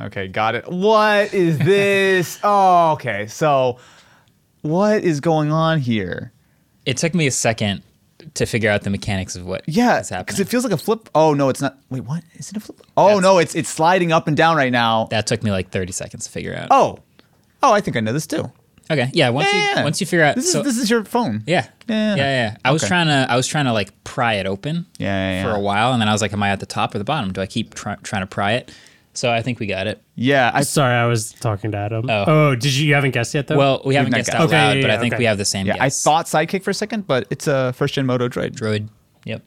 Speaker 7: Okay, got it. What is this? oh, okay. So, what is going on here?
Speaker 1: It took me a second to figure out the mechanics of what
Speaker 7: Yeah,
Speaker 1: is
Speaker 7: because
Speaker 1: happening.
Speaker 7: it feels like a flip. Oh no, it's not. Wait, what? Is it a flip? Oh
Speaker 1: That's-
Speaker 7: no, it's it's sliding up and down right now.
Speaker 1: that took me like 30 seconds to figure out.
Speaker 7: Oh, oh, I think I know this too.
Speaker 1: Okay. Yeah. Once you once you figure out,
Speaker 7: this
Speaker 1: so,
Speaker 7: is this is your phone.
Speaker 1: yeah, yeah,
Speaker 7: Yeah.
Speaker 1: yeah. I was
Speaker 7: Okay.
Speaker 1: trying to I was trying to like pry it open.
Speaker 7: Yeah, yeah,
Speaker 1: For
Speaker 7: yeah.
Speaker 1: a while, and then I was like, am I at the top or the bottom? Do I keep try, trying to pry it? So I think we got it.
Speaker 7: yeah. I
Speaker 2: Sorry, I was talking to Adam.
Speaker 1: Oh.
Speaker 2: Oh, did you? You haven't guessed yet though.
Speaker 1: Well, we haven't
Speaker 7: not
Speaker 1: guessed
Speaker 7: got-
Speaker 1: out
Speaker 2: Okay,
Speaker 1: loud,
Speaker 2: yeah,
Speaker 1: but I
Speaker 2: yeah,
Speaker 1: think
Speaker 2: okay.
Speaker 1: we have the same
Speaker 7: yeah.
Speaker 1: guess.
Speaker 7: I thought sidekick for a second, but it's a first gen Moto Droid.
Speaker 1: droid. Yep.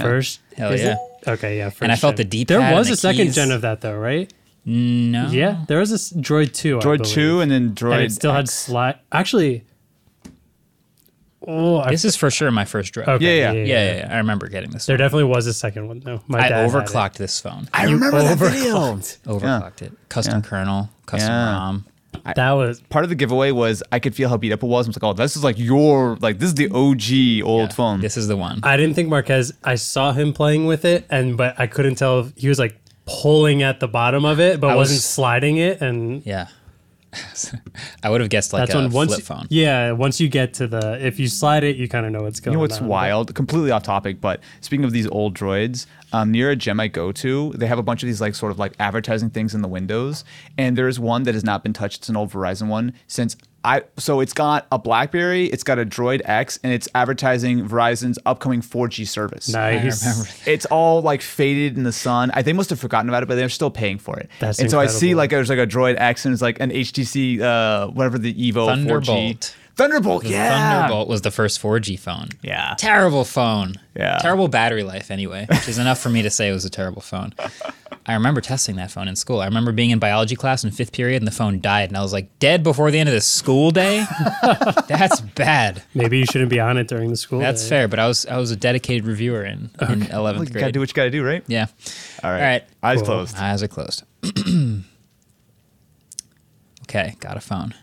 Speaker 2: first.
Speaker 1: Hell
Speaker 2: is
Speaker 1: yeah.
Speaker 2: it? Okay, yeah. First
Speaker 1: I felt
Speaker 2: gen.
Speaker 1: the D-pad
Speaker 2: There
Speaker 1: and
Speaker 2: was
Speaker 1: the
Speaker 2: a second
Speaker 1: keys. Oh,
Speaker 2: gen of that though, right?
Speaker 1: No.
Speaker 2: Yeah, there was a s- Droid two. I
Speaker 7: Droid
Speaker 2: believe.
Speaker 7: two, and then Droid.
Speaker 2: and it still had
Speaker 7: X.
Speaker 2: slide. Actually, oh, I,
Speaker 1: This is for sure my first droid.
Speaker 2: okay,
Speaker 7: yeah, yeah.
Speaker 1: Yeah, yeah, yeah. I remember getting this.
Speaker 2: There definitely was a second one though. My
Speaker 1: I
Speaker 2: dad had it.
Speaker 1: overclocked this phone.
Speaker 7: I remember that video.
Speaker 1: Overclocked it. Custom kernel, custom
Speaker 7: Yeah.
Speaker 1: ROM.
Speaker 2: That was
Speaker 7: part of the giveaway was I could feel how beat up it was. I was like, oh, this is like your like this is the OG old phone.
Speaker 1: This is the one.
Speaker 2: I didn't think Marquez. I saw him playing with it, and but I couldn't tell. if He was like pulling at the bottom of it, but
Speaker 1: I was-
Speaker 2: wasn't sliding it, and
Speaker 1: Yeah. I would have guessed like
Speaker 2: that's
Speaker 1: a
Speaker 2: when once
Speaker 1: flip phone.
Speaker 2: yeah, once you get to the if you slide it, you kind of know what's going.
Speaker 7: you know
Speaker 2: on.
Speaker 7: what's wild? Completely off topic, but speaking of these old droids, um, near a gym I go to, they have a bunch of these like sort of like advertising things in the windows, and there is one that has not been touched. It's an old Verizon one since I. So it's got a BlackBerry, it's got a Droid X, and it's advertising Verizon's upcoming 4G service.
Speaker 2: Nice.
Speaker 7: It's all like faded in the sun. I they must have forgotten about it, but they're still paying for it.
Speaker 2: That's
Speaker 7: and so I see
Speaker 2: incredible.
Speaker 7: like there's like a Droid X and it's like an HTC uh whatever the Evo 4G
Speaker 1: Thunderbolt.
Speaker 7: Thunderbolt. Yeah.
Speaker 1: Thunderbolt was the first 4G phone.
Speaker 7: Yeah.
Speaker 1: Terrible phone.
Speaker 7: Yeah.
Speaker 1: Terrible battery life, anyway, which is enough for me to say it was a terrible phone. I remember testing that phone in school. I remember being in biology class in fifth period and the phone died, and I was like, dead before the end of the school day? That's bad.
Speaker 2: Maybe you shouldn't be on it during the school.
Speaker 1: That's
Speaker 2: day.
Speaker 1: fair, but I was I was a dedicated reviewer in, in 11th
Speaker 7: Like, you
Speaker 1: grade.
Speaker 7: gotta do what you gotta do, right?
Speaker 1: yeah.
Speaker 7: All right.
Speaker 1: All right.
Speaker 7: Eyes
Speaker 2: Cool.
Speaker 7: closed.
Speaker 1: Eyes are closed. okay, got a phone.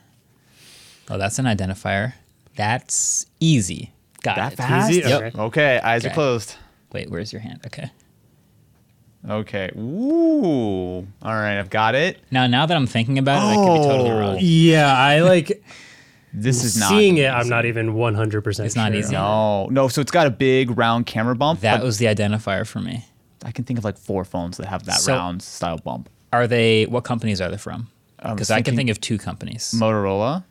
Speaker 1: Oh, that's an identifier. That's easy. Got
Speaker 7: That
Speaker 1: it.
Speaker 7: fast?
Speaker 2: Easy?
Speaker 1: Yep.
Speaker 2: Okay.
Speaker 7: Okay, eyes
Speaker 1: Okay.
Speaker 7: are closed.
Speaker 1: Wait, where's your hand? Okay.
Speaker 7: Okay. Ooh. All right, I've got it.
Speaker 1: Now, now that I'm thinking about it,
Speaker 2: Oh,
Speaker 1: I could be totally wrong.
Speaker 2: Yeah, I like
Speaker 7: This is not
Speaker 2: seeing it. I'm not even 100. percent
Speaker 1: It's not easy.
Speaker 7: No, no. So it's got a big round camera bump.
Speaker 1: That
Speaker 7: but
Speaker 1: was the identifier for me.
Speaker 7: I can think of like four phones that have that
Speaker 1: So-
Speaker 7: round style bump.
Speaker 1: Are they? What companies are they from?
Speaker 7: I was
Speaker 1: Because I can
Speaker 7: thinking-
Speaker 1: think of two companies.
Speaker 7: Motorola.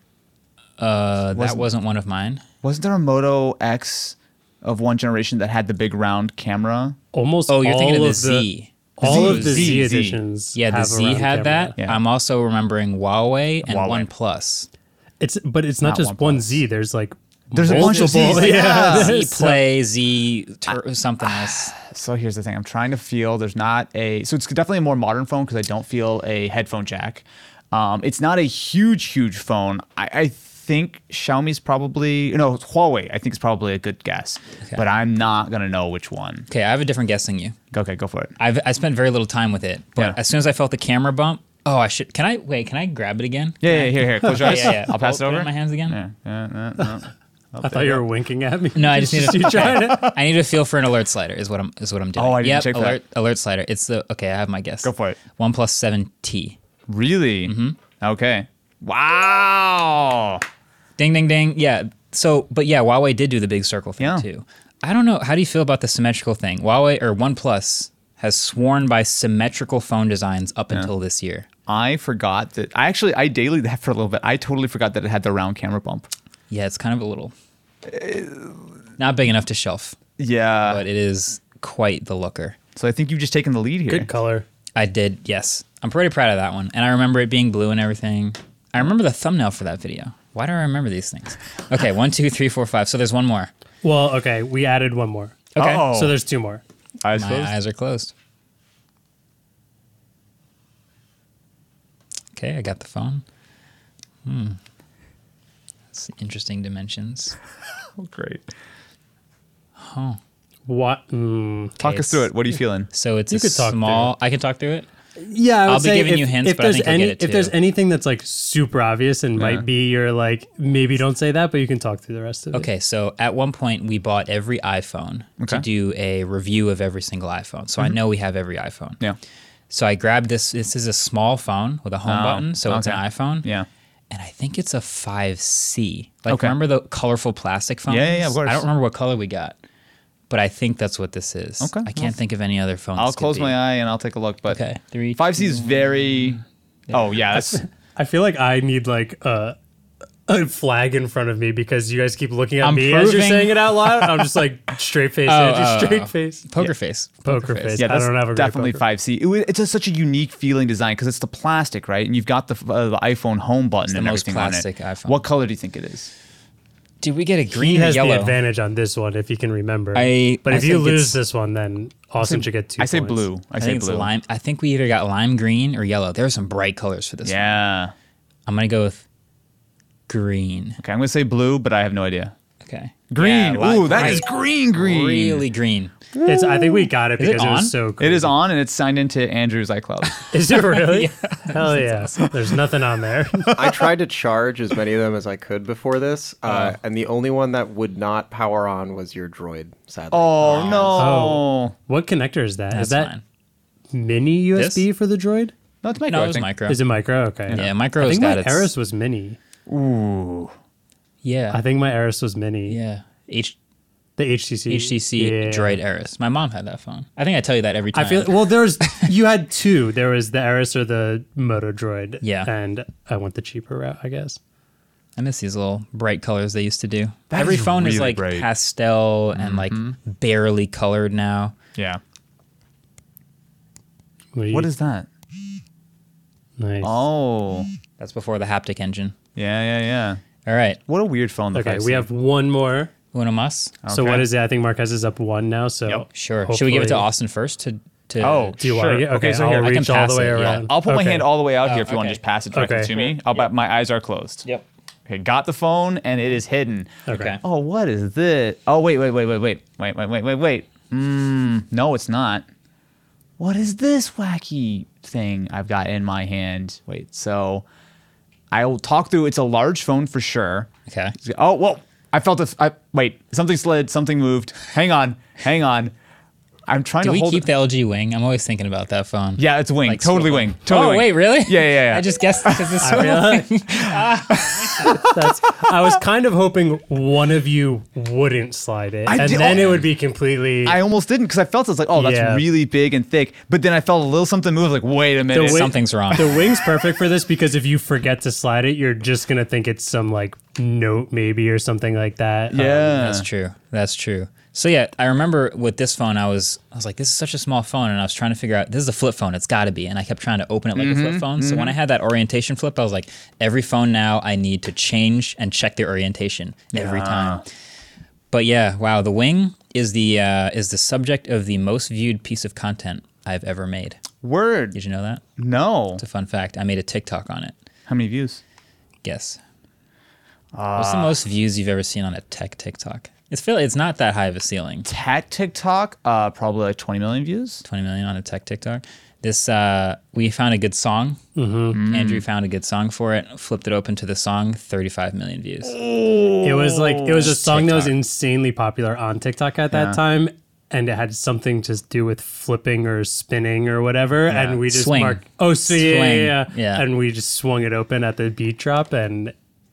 Speaker 1: Uh, that wasn't one of mine.
Speaker 7: Wasn't there a Moto X of one generation that had the big round camera?
Speaker 2: Almost.
Speaker 1: Oh, you're thinking of
Speaker 2: all
Speaker 1: the,
Speaker 2: of the-
Speaker 1: Z.
Speaker 2: All
Speaker 1: Z.
Speaker 2: of the Z,
Speaker 7: Z.
Speaker 2: editions.
Speaker 1: Yeah, the
Speaker 2: have a
Speaker 1: Z
Speaker 2: round
Speaker 1: had
Speaker 2: camera.
Speaker 1: that.
Speaker 7: Yeah.
Speaker 1: I'm also remembering Huawei and
Speaker 7: Huawei.
Speaker 1: OnePlus.
Speaker 2: It's but it's not,
Speaker 7: Not
Speaker 2: just
Speaker 7: one
Speaker 2: one
Speaker 7: plus.
Speaker 2: Z. There's like
Speaker 7: There's a bunch of
Speaker 2: multiple-
Speaker 7: Zs, yeah.
Speaker 1: "Ah,
Speaker 7: ah.
Speaker 1: Z
Speaker 2: So-
Speaker 1: Play, Z tur- something else.
Speaker 7: So here's the thing. I'm trying to feel there's not a so it's definitely a more modern phone because I don't feel a headphone jack. Um, it's not a huge, huge phone. I, I think Xiaomi's probably no Huawei. I think is probably a good guess, but I'm not gonna know which one.
Speaker 1: Okay, I have a different guess than you.
Speaker 7: Okay, go for it.
Speaker 1: I've I spent very little time with it, but
Speaker 7: Yeah.
Speaker 1: as soon as I felt the camera bump, oh, I should. Can I wait? Can I grab it again?
Speaker 7: Yeah, yeah, here, here. Close your
Speaker 1: Yeah,
Speaker 7: eyes.
Speaker 1: yeah. yeah.
Speaker 7: I'll pass it
Speaker 1: Put in
Speaker 7: over.
Speaker 1: my hands again.
Speaker 7: Yeah, yeah, yeah, yeah.
Speaker 2: I thought you were winking at me.
Speaker 1: No, I just need to.
Speaker 2: you tried it.
Speaker 1: I need to feel for an alert slider. Is what I'm. Is what I'm doing.
Speaker 7: Oh, I didn't
Speaker 1: yep,
Speaker 7: check that.
Speaker 1: alert, Alert slider. It's the okay. I have my guess.
Speaker 7: Go for it.
Speaker 1: One plus seven T.
Speaker 7: Really? Mm-hmm. Okay. Wow.
Speaker 1: Ding ding ding. Yeah. So, but yeah, Huawei did do the big circle thing
Speaker 7: Yeah.
Speaker 1: too. I don't know. How do you feel about the symmetrical thing? Huawei or OnePlus has sworn by symmetrical phone designs up until this year.
Speaker 7: I forgot that. I actually I daily that for a little bit. I totally forgot that it had the round camera bump.
Speaker 1: Yeah, it's kind of a little not big enough to shelf,
Speaker 7: Yeah.
Speaker 1: but it is quite the looker.
Speaker 7: so I think you've just taken the lead here.
Speaker 2: Good color.
Speaker 1: I did. Yes, I'm pretty proud of that one, and I remember it being blue and everything. I remember the thumbnail for that video. Why do I remember these things? Okay, one, two, three, four, five. So there's one more.
Speaker 2: Well, okay, we added one more. Oh.
Speaker 1: Okay,
Speaker 7: Uh-oh.
Speaker 2: So there's two more.
Speaker 7: I
Speaker 1: my
Speaker 7: suppose.
Speaker 1: eyes are closed. Okay, I got the phone. Hmm, that's interesting dimensions.
Speaker 2: Oh,
Speaker 7: Great.
Speaker 2: What? Mm.
Speaker 7: Talk us through
Speaker 1: It's-
Speaker 7: it. What are you feeling?
Speaker 1: So it's
Speaker 2: You
Speaker 1: a
Speaker 2: could talk through
Speaker 1: small. I can talk through it.
Speaker 2: Yeah, I would
Speaker 1: I'll be
Speaker 2: say
Speaker 1: giving
Speaker 2: if,
Speaker 1: you hints,
Speaker 2: if
Speaker 1: but I
Speaker 2: there's
Speaker 1: think you'll
Speaker 2: any,
Speaker 1: get it
Speaker 2: if there's
Speaker 1: too.
Speaker 2: anything that's like super obvious and
Speaker 7: Yeah.
Speaker 2: might be your like maybe don't say that, but you can talk through the rest of it.
Speaker 1: Okay, so at one point we bought every iPhone to
Speaker 7: Okay. Mm-hmm.
Speaker 1: do a review of every single iPhone. So I know we have every iPhone.
Speaker 7: Yeah.
Speaker 1: So I grabbed this. This is a small phone with a home
Speaker 7: Oh,
Speaker 1: button, so it's an
Speaker 7: okay.
Speaker 1: iPhone.
Speaker 7: Yeah.
Speaker 1: And I think it's a 5C. Like,
Speaker 7: Okay.
Speaker 1: remember the colorful plastic phones?
Speaker 7: yeah, yeah, of course.
Speaker 1: I don't remember what color we got, but I think that's what this is.
Speaker 7: Okay,
Speaker 1: I can't think of any other phone.
Speaker 7: I'll
Speaker 1: this could
Speaker 7: close
Speaker 1: be.
Speaker 7: my eye and I'll take a look. But
Speaker 1: Okay, three,
Speaker 7: five C is very. Oh yeah, that's
Speaker 2: I feel like I need like a a flag in front of me because you guys keep looking at
Speaker 1: I'm
Speaker 2: me as you're
Speaker 1: proving-
Speaker 2: saying it out loud. I'm just like straight face, Andrew,
Speaker 1: oh,
Speaker 2: straight
Speaker 1: oh.
Speaker 2: face,
Speaker 1: Poker face.
Speaker 2: poker face.
Speaker 7: yeah.
Speaker 2: I
Speaker 7: That's
Speaker 2: don't have a great
Speaker 7: definitely
Speaker 2: poker.
Speaker 7: five C. it's a, such a unique feeling design because it's the plastic, right? And you've got the uh, the iPhone home button
Speaker 1: the
Speaker 7: and
Speaker 1: most
Speaker 7: everything
Speaker 1: plastic
Speaker 7: on it.
Speaker 1: iPhone.
Speaker 7: What color do you think it is?
Speaker 1: Did we get a green
Speaker 2: He
Speaker 1: or
Speaker 2: has
Speaker 1: yellow?
Speaker 2: the advantage on this one if he can remember.
Speaker 1: I-
Speaker 2: but
Speaker 1: I
Speaker 2: if you
Speaker 1: think it's-
Speaker 2: lose this one, then Austin should get two.
Speaker 7: I say
Speaker 2: points.
Speaker 7: blue. I,
Speaker 1: I,
Speaker 7: say
Speaker 1: think it's
Speaker 7: blue.
Speaker 1: lime. I think we either got lime green or yellow. There are some bright colors for this. one.
Speaker 7: Yeah.
Speaker 1: I'm gonna go with green.
Speaker 7: Okay, I'm gonna say blue, but I have no idea.
Speaker 1: Okay.
Speaker 7: Green.
Speaker 1: Yeah, lime
Speaker 7: Ooh, that is green. Green.
Speaker 1: Really green.
Speaker 2: It's, I think we got it
Speaker 1: Is it
Speaker 2: because it,
Speaker 1: on?
Speaker 2: was so. Cool.
Speaker 7: It is on and it's signed into Andrew's iCloud.
Speaker 2: Is it really? Hell yeah! There's nothing on there.
Speaker 5: I tried to charge as many of them as I could before this, uh, and the only one that would not power on was your droid. Sadly,
Speaker 7: oh no.
Speaker 2: Oh. what connector is that? Is
Speaker 1: That's
Speaker 2: that
Speaker 1: fine.
Speaker 2: mini USB
Speaker 1: This?
Speaker 2: for the droid?
Speaker 7: No, it's micro.
Speaker 1: No,
Speaker 7: I
Speaker 1: it was
Speaker 7: think.
Speaker 1: micro.
Speaker 2: Is it micro? Okay.
Speaker 1: Yeah, micro's
Speaker 2: I think
Speaker 1: got
Speaker 2: my
Speaker 1: its-
Speaker 2: Eris was mini.
Speaker 1: yeah.
Speaker 2: I think my Eris was mini.
Speaker 1: yeah. H-
Speaker 2: The HTC.
Speaker 1: HTC
Speaker 2: Yeah.
Speaker 1: Droid Eris. My mom had that phone. I think I tell you that every time.
Speaker 2: I feel well. There's you had two. There was the Eris or the Moto Droid.
Speaker 1: Yeah.
Speaker 2: And I went the cheaper route, I guess.
Speaker 1: I miss these little bright colors they used to do.
Speaker 7: That
Speaker 1: Every
Speaker 7: is
Speaker 1: phone is
Speaker 7: really
Speaker 1: like
Speaker 7: bright.
Speaker 1: pastel and like
Speaker 2: Mm-hmm.
Speaker 1: barely colored now.
Speaker 7: Yeah.
Speaker 2: What
Speaker 7: What is that?
Speaker 2: nice?
Speaker 7: Oh.
Speaker 1: That's before the haptic engine.
Speaker 7: Yeah, yeah, yeah.
Speaker 1: All right.
Speaker 7: What a weird phone. The
Speaker 2: okay,
Speaker 7: 5C.
Speaker 2: we have one more.
Speaker 1: Uno mas.
Speaker 2: So
Speaker 7: Okay.
Speaker 2: what is it? I think Marquez is up one now. So
Speaker 7: Yep.
Speaker 1: Sure. Should we give it to
Speaker 2: Oh, hopefully-
Speaker 1: Austin first to to
Speaker 7: Oh,
Speaker 2: Do you
Speaker 7: Sure.
Speaker 2: want to? Okay,
Speaker 7: Okay, so
Speaker 2: I'll
Speaker 7: here, I
Speaker 1: can
Speaker 2: reach all
Speaker 1: pass
Speaker 2: the way
Speaker 1: it, yeah.
Speaker 2: around.
Speaker 7: I'll put my
Speaker 2: Okay.
Speaker 7: hand all the way out here if you want
Speaker 1: okay.
Speaker 7: to just pass it directly
Speaker 2: Okay.
Speaker 7: to me. I'll bet my eyes are closed.
Speaker 1: Yep.
Speaker 7: Okay, got the phone and it is hidden.
Speaker 2: Okay.
Speaker 7: Oh, what is this? Oh, wait, wait, wait, wait, wait, wait, wait, wait, wait, wait. Mmm. No, it's Mm, not. what is this wacky thing I've got in my hand? Wait, so I will talk through. It's a large phone for sure.
Speaker 1: Okay.
Speaker 7: Oh, whoa. I felt a. F- I, wait, something slid, something moved. Hang on, hang on. I'm trying
Speaker 1: Do
Speaker 7: to
Speaker 1: we
Speaker 7: hold
Speaker 1: keep
Speaker 7: it-
Speaker 1: the LG Wing? I'm always thinking about that phone.
Speaker 7: Yeah, it's wing.
Speaker 1: Like
Speaker 7: totally
Speaker 1: swivel.
Speaker 7: wing. Totally
Speaker 1: oh
Speaker 7: wing.
Speaker 1: wait, really?
Speaker 7: Yeah, yeah, yeah.
Speaker 1: I just guessed because it's
Speaker 2: That's, I was kind of hoping one of you wouldn't slide it,
Speaker 7: I
Speaker 2: and
Speaker 7: did-
Speaker 2: then it would be completely.
Speaker 7: I almost didn't because I felt it. I was like, oh, that's
Speaker 2: Yeah.
Speaker 7: really big and thick. But then I felt a little something move. I was like, wait a minute.
Speaker 2: The wing-
Speaker 1: something's wrong.
Speaker 2: the wing's perfect for this because if you forget to slide it, you're just gonna think it's some like note maybe or something like that. Um,
Speaker 7: yeah.
Speaker 1: That's true. That's true. So yeah, I remember with this phone, I was I was like, this is such a small phone, and I was trying to figure out this is a flip phone. It's got to be, and I kept trying to open it like a
Speaker 7: Mm-hmm,
Speaker 1: flip phone. So when I had that orientation flip, I was like, every phone now I need to change and check the orientation every time. But yeah, wow, the wing is the uh, is the subject of the most viewed piece of content I've ever made.
Speaker 7: Word.
Speaker 1: Did you know that?
Speaker 7: No.
Speaker 1: It's a fun fact. I made a TikTok on it.
Speaker 7: How many views?
Speaker 1: Guess. What's the most views you've ever seen on a tech TikTok? It's feel it's not that high of a ceiling.
Speaker 7: Tat TikTok, uh, probably like 20 million views.
Speaker 1: 20 million on a tech TikTok. This uh, we found a good song. Andrew found a good song for it. Flipped it open to the song. 35 million views.
Speaker 2: It was like it was a song that was insanely popular on TikTok at that time, and it had something to do with flipping or spinning or whatever. And we just
Speaker 1: Swing.
Speaker 2: marked oh, so yeah, yeah,
Speaker 1: Swing.
Speaker 2: yeah,
Speaker 1: Yeah.
Speaker 2: and we just swung it open at the beat drop and.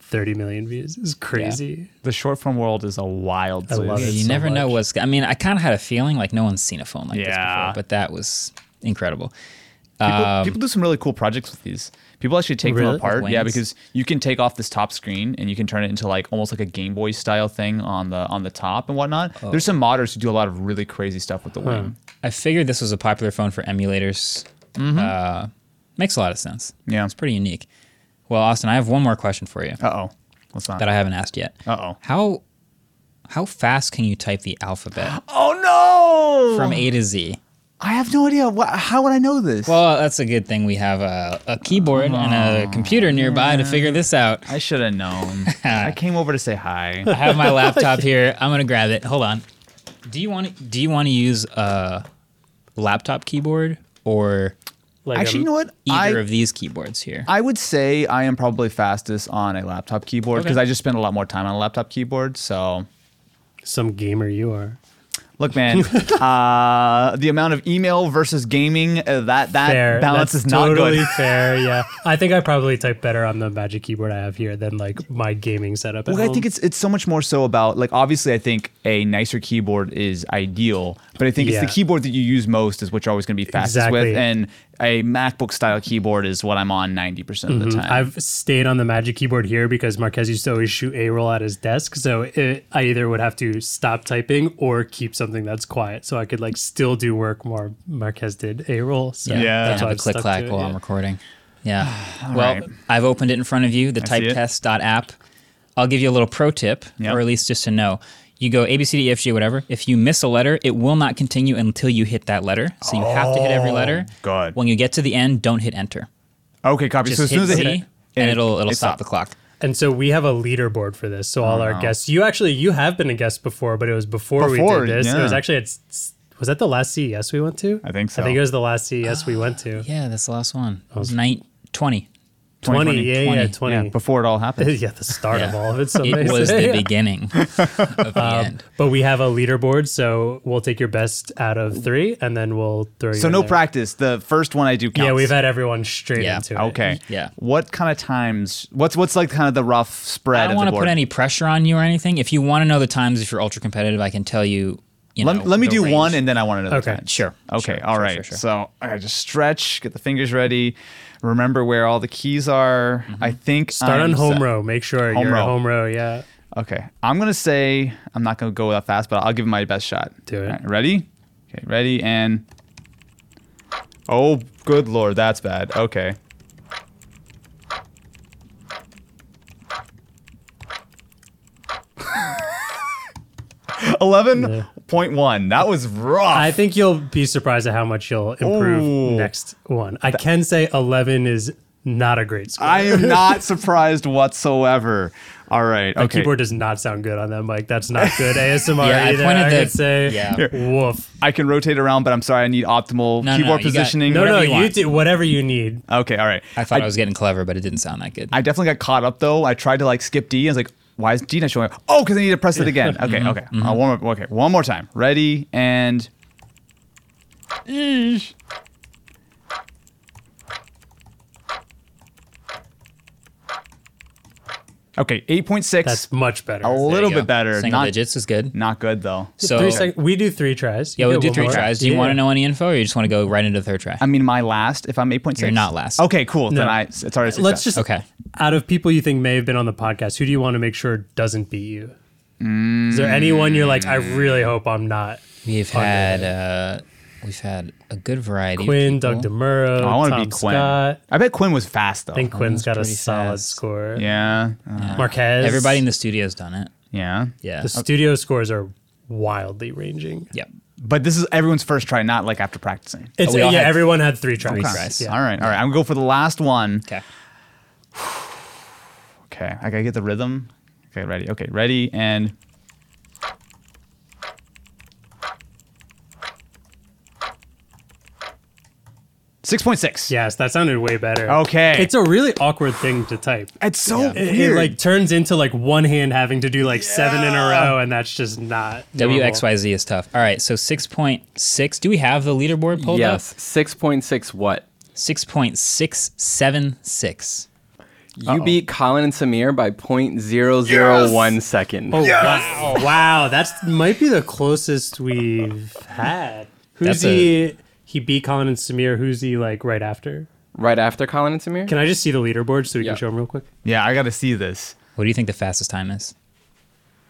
Speaker 2: 30 million views is crazy.
Speaker 7: The short form world is a wild. I
Speaker 2: love it.
Speaker 1: you
Speaker 2: so
Speaker 1: never know what's. I mean, I kind of had a feeling like no one's seen a phone like this
Speaker 7: Yeah.
Speaker 1: before, but that was incredible.
Speaker 7: People, people do some really cool projects with these. People actually take them
Speaker 2: Really?
Speaker 7: apart.
Speaker 1: With
Speaker 7: Yeah,
Speaker 1: wings?
Speaker 7: because you can take off this top screen and you can turn it into like almost like a Game Boy style thing on the on the top and whatnot. There's some modders who do a lot of really crazy stuff with the wing.
Speaker 1: I figured this was a popular phone for emulators. Uh, makes a lot of sense.
Speaker 7: Yeah.
Speaker 1: it's pretty unique. Well, Austin, I have one more question for you
Speaker 7: Uh oh. Let's not.
Speaker 1: that I haven't asked yet.
Speaker 7: Uh-oh.
Speaker 1: How how fast can you type the alphabet
Speaker 7: oh no!
Speaker 1: from A to Z?
Speaker 7: I have no idea. Wha- How would I know this?
Speaker 1: Well, that's a good thing we have a, a keyboard
Speaker 7: Oh,
Speaker 1: and a computer nearby to figure this out.
Speaker 7: I should have known. I came over to say hi.
Speaker 1: I have my laptop here. I'm gonna grab it. Hold on. Do you want to, do you want to use a laptop keyboard or
Speaker 2: Like
Speaker 7: Actually, you know what? I,
Speaker 1: either of these keyboards here?
Speaker 7: I would say I am probably fastest on a laptop keyboard because I just spend a lot more time on a laptop keyboard. So,
Speaker 2: some gamer you are.
Speaker 7: look, man, uh, the amount of email versus gaming uh, that that
Speaker 2: fair.
Speaker 7: balance
Speaker 2: That's
Speaker 7: is not
Speaker 2: totally
Speaker 7: good.
Speaker 2: fair. Yeah, I think I probably type better on the magic keyboard I have here than like my gaming setup. At
Speaker 7: Well, I
Speaker 2: home.
Speaker 7: think it's it's so much more so about like obviously I think a nicer keyboard is ideal, but I think it's
Speaker 2: Yeah.
Speaker 7: the keyboard that you use most is what you're always going to be fastest
Speaker 2: Exactly.
Speaker 7: with, and a MacBook style keyboard is what I'm on ninety percent of the time.
Speaker 2: Mm-hmm. I've stayed on the magic keyboard here because Marquez used to always shoot a roll at his desk, so it, I either would have to stop typing or keep something that's quiet, so I could like still do work more. Marquez did a roll, so
Speaker 1: I
Speaker 2: that's
Speaker 1: have
Speaker 2: why
Speaker 1: a
Speaker 2: I've
Speaker 1: click
Speaker 2: stuck
Speaker 1: clack
Speaker 2: to it,
Speaker 1: while
Speaker 2: yeah.
Speaker 1: I'm recording. Yeah. well, I've opened it in front of you, the
Speaker 7: see it.
Speaker 1: typetest.app. I'll give you a little pro tip,
Speaker 7: Yep.
Speaker 1: or at least just to know. You go A, B, C, D, E, F, G, whatever. If you miss a letter, it will not continue until you hit that letter. So you have to hit every letter.
Speaker 7: good.
Speaker 1: When you get to the end, don't hit enter.
Speaker 7: okay, copy.
Speaker 1: Just
Speaker 7: Oh, so as soon
Speaker 1: hit
Speaker 7: as I
Speaker 1: Z,
Speaker 7: hit it,
Speaker 1: and
Speaker 7: it-
Speaker 1: it'll it'll
Speaker 7: it
Speaker 1: stop
Speaker 7: stopped.
Speaker 1: the clock.
Speaker 2: And so we have a leaderboard for this. So
Speaker 7: Oh,
Speaker 2: all our guests, you actually you have been a guest before, but it was before,
Speaker 7: Before,
Speaker 2: we did this. It was
Speaker 7: yeah.
Speaker 2: actually at s- was that the last CES we went to?
Speaker 7: I think so.
Speaker 2: I think it was the last CES we went to.
Speaker 1: Oh, Yeah, that's the last one. It
Speaker 7: Oh.
Speaker 1: was nine, 20.
Speaker 2: 20, yeah, yeah, 20.
Speaker 7: Yeah, before it all happened.
Speaker 2: yeah, the start of
Speaker 1: Yeah.
Speaker 2: all of it. So
Speaker 1: It was the beginning of the end.
Speaker 2: But we have a leaderboard, so we'll take your best out of three, and then we'll throw. you
Speaker 7: So
Speaker 2: in
Speaker 7: no
Speaker 2: there.
Speaker 7: practice. The first one I do counts.
Speaker 2: Yeah, we've had everyone straight
Speaker 1: Yeah.
Speaker 2: into it.
Speaker 7: Okay.
Speaker 1: Yeah.
Speaker 7: What kind of times? What's what's like kind of the rough spread?
Speaker 1: I don't
Speaker 7: of
Speaker 1: want
Speaker 7: the
Speaker 1: to put
Speaker 7: board?
Speaker 1: any pressure on you or anything. If you want to know the times, if you're ultra competitive, I can tell you. you
Speaker 7: Let,
Speaker 1: know,
Speaker 7: let me
Speaker 1: the
Speaker 7: do
Speaker 1: range.
Speaker 7: one, and then I want to know.
Speaker 2: Okay.
Speaker 7: The time.
Speaker 1: Sure.
Speaker 7: Okay.
Speaker 1: Sure,
Speaker 7: all
Speaker 1: sure,
Speaker 7: right.
Speaker 1: sure, sure.
Speaker 7: So I just stretch, get the fingers ready, remember where all the keys are.
Speaker 1: Mm-hmm.
Speaker 7: I think
Speaker 2: Start on
Speaker 7: I'm
Speaker 2: home
Speaker 7: set.
Speaker 2: row. Make sure
Speaker 7: Home
Speaker 2: you're
Speaker 7: row.
Speaker 2: home row. Yeah.
Speaker 7: Okay. I'm gonna say I'm not gonna go that fast, but I'll give it my best shot.
Speaker 2: Do it.
Speaker 7: All right, ready? Okay. Ready and. Oh, good lord, that's bad. Okay. Eleven point one. That was rough.
Speaker 2: I think you'll be surprised at how much you'll improve
Speaker 7: Ooh.
Speaker 2: next one. I can say 11 is Not a great score.
Speaker 7: I am not surprised whatsoever. All right.
Speaker 2: My
Speaker 7: Okay.
Speaker 2: keyboard does not sound good on that mic. That's not good ASMR
Speaker 1: Yeah, I
Speaker 2: either. I,
Speaker 1: pointed the-
Speaker 2: could say,
Speaker 1: yeah.
Speaker 2: woof.
Speaker 7: I can rotate around, but I'm sorry. I need optimal
Speaker 1: No, no,
Speaker 7: keyboard
Speaker 1: you got-
Speaker 7: positioning.
Speaker 2: No,
Speaker 1: Whatever
Speaker 2: no,
Speaker 1: you
Speaker 2: you,
Speaker 1: want.
Speaker 2: do whatever you need.
Speaker 7: Okay. All right.
Speaker 1: I thought I, was getting clever, but it didn't sound that good.
Speaker 7: I definitely got caught up though. I tried to like skip D. I was like, why is D not showing up? Oh, because I need to press it again. Okay,
Speaker 2: Mm-hmm.
Speaker 7: okay. Uh, one more, okay, one more time. Ready and. Eesh. Okay, eight point six.
Speaker 2: That's much better.
Speaker 7: A
Speaker 1: There you
Speaker 7: little
Speaker 1: go.
Speaker 7: bit better.
Speaker 1: Single
Speaker 7: Not
Speaker 1: digits is good.
Speaker 7: not good though.
Speaker 1: So
Speaker 2: Three sec- we do three tries.
Speaker 1: yeah,
Speaker 2: You
Speaker 1: we'll
Speaker 2: get
Speaker 1: do
Speaker 2: one
Speaker 1: three
Speaker 2: more.
Speaker 1: tries. Do you
Speaker 2: Yeah.
Speaker 1: want to know any info, or you just want to go right into the third try?
Speaker 7: I mean, my last. If I'm eight point six,
Speaker 1: You're not last.
Speaker 7: Okay, cool. Then
Speaker 2: No.
Speaker 7: I it's already. a Success.
Speaker 2: Let's just
Speaker 1: Okay.
Speaker 2: Out of people you think may have been on the podcast, who do you want to make sure doesn't beat you? Is there anyone you're like? I really hope I'm not
Speaker 1: We've had uh, we've had a good variety.
Speaker 2: Quinn,
Speaker 1: of people.
Speaker 2: Doug Demuro.
Speaker 7: Oh, I want to
Speaker 2: Tom
Speaker 7: be Quinn.
Speaker 2: Scott.
Speaker 7: I bet Quinn was fast though.
Speaker 2: I think Quinn's got a
Speaker 1: pretty
Speaker 2: solid
Speaker 1: fast.
Speaker 2: score.
Speaker 7: yeah, uh,
Speaker 2: Marquez.
Speaker 1: Everybody in the studio's done it.
Speaker 7: yeah.
Speaker 1: Yeah.
Speaker 2: the studio scores are wildly ranging.
Speaker 1: Yep.
Speaker 7: But this is everyone's first try, not like after practicing.
Speaker 2: It's,
Speaker 1: we
Speaker 2: yeah,
Speaker 1: all had
Speaker 2: everyone had three tries.
Speaker 1: tries.
Speaker 2: Yeah.
Speaker 7: All right, all right. I'm gonna go for the last one.
Speaker 1: Okay.
Speaker 7: Okay, I gotta get the rhythm. Okay, ready. Okay, ready and. Six point six.
Speaker 2: Yes, that sounded way better.
Speaker 7: Okay.
Speaker 2: It's a really awkward thing to type.
Speaker 7: It's so
Speaker 2: It, it,
Speaker 7: weird.
Speaker 2: like turns into like one hand having to do like seven in a row, and that's just not normal.
Speaker 1: WXYZ is tough. All right, so 6.6. Do we have the leaderboard pulled
Speaker 4: yes,
Speaker 1: up?
Speaker 4: 6.6 what?
Speaker 1: 6.676.
Speaker 4: You beat Colin and Samir by 0.001 second.
Speaker 2: Oh, wow. wow, that's might be the closest we've had. Who's
Speaker 1: That's
Speaker 2: he? he beat Colin and Samir. Who's he like right after?
Speaker 4: Right after Colin and Samir?
Speaker 2: Can I just see the leaderboard so we
Speaker 4: Yeah.
Speaker 2: can show him real quick?
Speaker 7: yeah, I gotta see this.
Speaker 1: What do you think the fastest time is?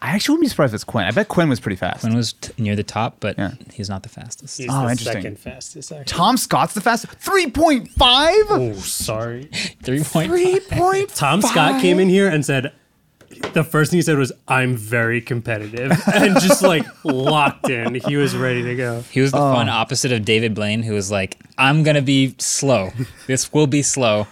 Speaker 7: I actually wouldn't be surprised if it's Quinn. I bet Quinn was pretty fast.
Speaker 1: Quinn was t- near the top, but
Speaker 7: Yeah.
Speaker 1: he's not the fastest.
Speaker 2: He's
Speaker 7: Oh,
Speaker 2: the
Speaker 7: interesting.
Speaker 2: second fastest. Actually.
Speaker 7: Tom Scott's the fastest. Three point five.
Speaker 2: Oh, sorry.
Speaker 1: 3.5.
Speaker 7: Three point.
Speaker 2: Tom Scott came in here and said, the first thing he said was, I'm very competitive. And just like locked in. He was ready to go.
Speaker 1: He was the
Speaker 7: Oh.
Speaker 1: fun opposite of David Blaine, who was like, I'm going to be slow. This will be slow.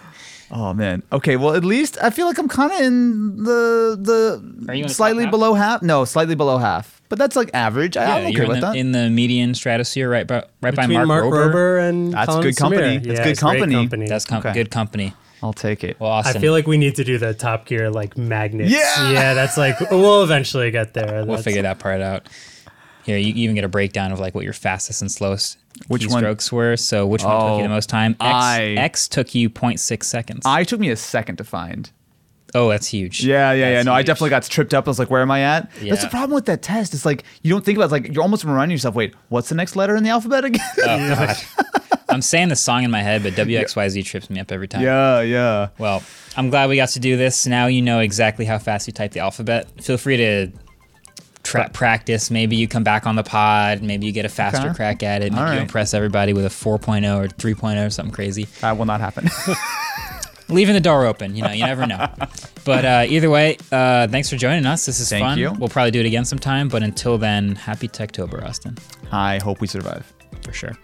Speaker 7: Oh man. Okay. Well, at least I feel like I'm kind of in the
Speaker 1: Are you in
Speaker 7: the
Speaker 1: the
Speaker 7: slightly
Speaker 1: top half?
Speaker 7: below half. No, slightly below half. But that's like average. I,
Speaker 1: Yeah,
Speaker 7: I'm okay
Speaker 1: you're in
Speaker 7: with
Speaker 1: the,
Speaker 7: that.
Speaker 1: in the median stratosphere right, by, right by
Speaker 2: Between
Speaker 1: Mark, Rober.
Speaker 2: and
Speaker 7: That's
Speaker 2: Colin
Speaker 7: good
Speaker 2: Samir.
Speaker 7: company. That's good
Speaker 2: it's great
Speaker 7: company.
Speaker 1: That's com-
Speaker 7: Okay.
Speaker 1: good company.
Speaker 7: I'll take it.
Speaker 1: Well,
Speaker 2: I
Speaker 1: Austin,
Speaker 2: feel like we need to do the Top Gear like magnets.
Speaker 7: Yeah!
Speaker 2: yeah, that's like we'll eventually get there.
Speaker 1: we'll
Speaker 2: That's-
Speaker 1: figure that part out. Here, you even get a breakdown of like what your fastest and slowest
Speaker 7: Which
Speaker 1: key
Speaker 7: one?
Speaker 1: strokes were. So which one took you
Speaker 7: Oh,
Speaker 1: the most time? X,
Speaker 7: I-
Speaker 1: X took you 0.6 seconds.
Speaker 7: I took me a second to find.
Speaker 1: oh, that's huge.
Speaker 7: Yeah, yeah, yeah.
Speaker 1: That's
Speaker 7: No, I
Speaker 1: huge.
Speaker 7: definitely got tripped up. I was like, where am I at? That's the
Speaker 1: Yeah.
Speaker 7: problem with that test. It's like you don't think about. It. It's like you're almost reminding yourself. Wait, what's the next letter in the alphabet again?
Speaker 1: Oh, God. I'm saying the song in my head, but WXYZ trips me up every time.
Speaker 7: yeah, yeah.
Speaker 1: Well, I'm glad we got to do this. Now you know exactly how fast you type the alphabet. Feel free to tra- practice. Maybe you come back on the pod. Maybe you get a faster
Speaker 7: Okay.
Speaker 1: crack at it. Maybe
Speaker 7: All
Speaker 1: you
Speaker 7: right.
Speaker 1: impress everybody with a 4.0 or 3.0 or something crazy.
Speaker 7: That will not happen.
Speaker 1: leaving the door open. You know, you never know. But uh, either way, uh, thanks for joining us. This is
Speaker 7: Thank
Speaker 1: fun.
Speaker 7: you.
Speaker 1: We'll probably do it again sometime. But until then, happy Techtober, Austin,
Speaker 7: I hope we survive.
Speaker 1: for sure.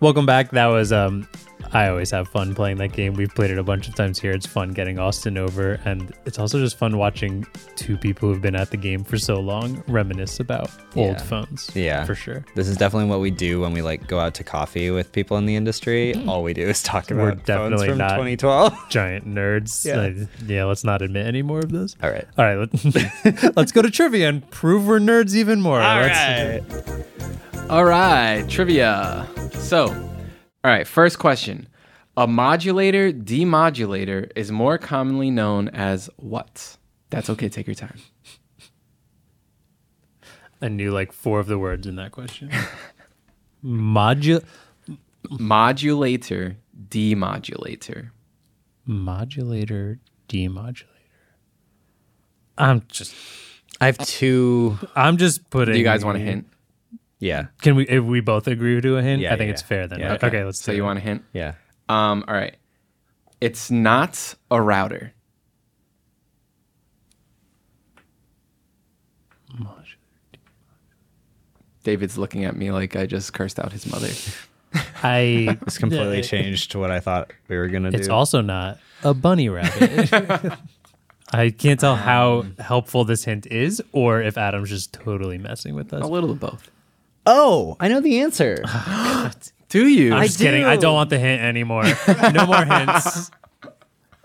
Speaker 2: Welcome back. That was um I always have fun playing that game. We've played it a bunch of times here. It's fun getting Austin over and it's also just fun watching two people who've been at the game for so long reminisce about old
Speaker 3: Yeah.
Speaker 2: phones.
Speaker 3: Yeah.
Speaker 2: For sure.
Speaker 3: This is definitely what we do when we like go out to coffee with people in the industry. All we do is talk about
Speaker 2: Mm-hmm. We're
Speaker 3: phones
Speaker 2: definitely
Speaker 3: from
Speaker 2: not-
Speaker 3: 2012.
Speaker 2: Giant nerds.
Speaker 3: Yeah.
Speaker 2: Like, yeah, let's not admit any more of this.
Speaker 3: All right.
Speaker 2: All right, let, let's go to trivia and prove we're nerds even more.
Speaker 3: All
Speaker 2: Let's-
Speaker 3: right.
Speaker 4: All right, trivia. So, all right, first question. A modulator demodulator is more commonly known as what? That's okay, take your time.
Speaker 2: I knew like four of the words in that question. Modul
Speaker 4: Modulator demodulator.
Speaker 2: modulator demodulator. I'm just
Speaker 3: I have two.
Speaker 2: I'm just putting
Speaker 4: Do you guys want a hint?
Speaker 3: Yeah.
Speaker 2: Can we if we both agree to a hint?
Speaker 3: Yeah,
Speaker 2: I think
Speaker 3: yeah,
Speaker 2: it's
Speaker 3: yeah.
Speaker 2: fair then.
Speaker 3: Yeah,
Speaker 2: Uh, okay,
Speaker 3: yeah.
Speaker 2: let's
Speaker 4: So
Speaker 2: do
Speaker 4: you
Speaker 2: it.
Speaker 4: want a hint?
Speaker 3: Yeah.
Speaker 4: Um, all right. It's not a router. David's looking at me like I just cursed out his mother.
Speaker 2: I
Speaker 3: It's completely changed what I thought we were gonna do.
Speaker 2: It's also not a bunny rabbit. I can't tell how
Speaker 4: Um,
Speaker 2: helpful this hint is or if Adam's just totally messing with us.
Speaker 4: A little of both.
Speaker 3: Oh, I know the answer.
Speaker 4: Do you?
Speaker 2: I'm just kidding. I don't want the hint anymore. No more hints.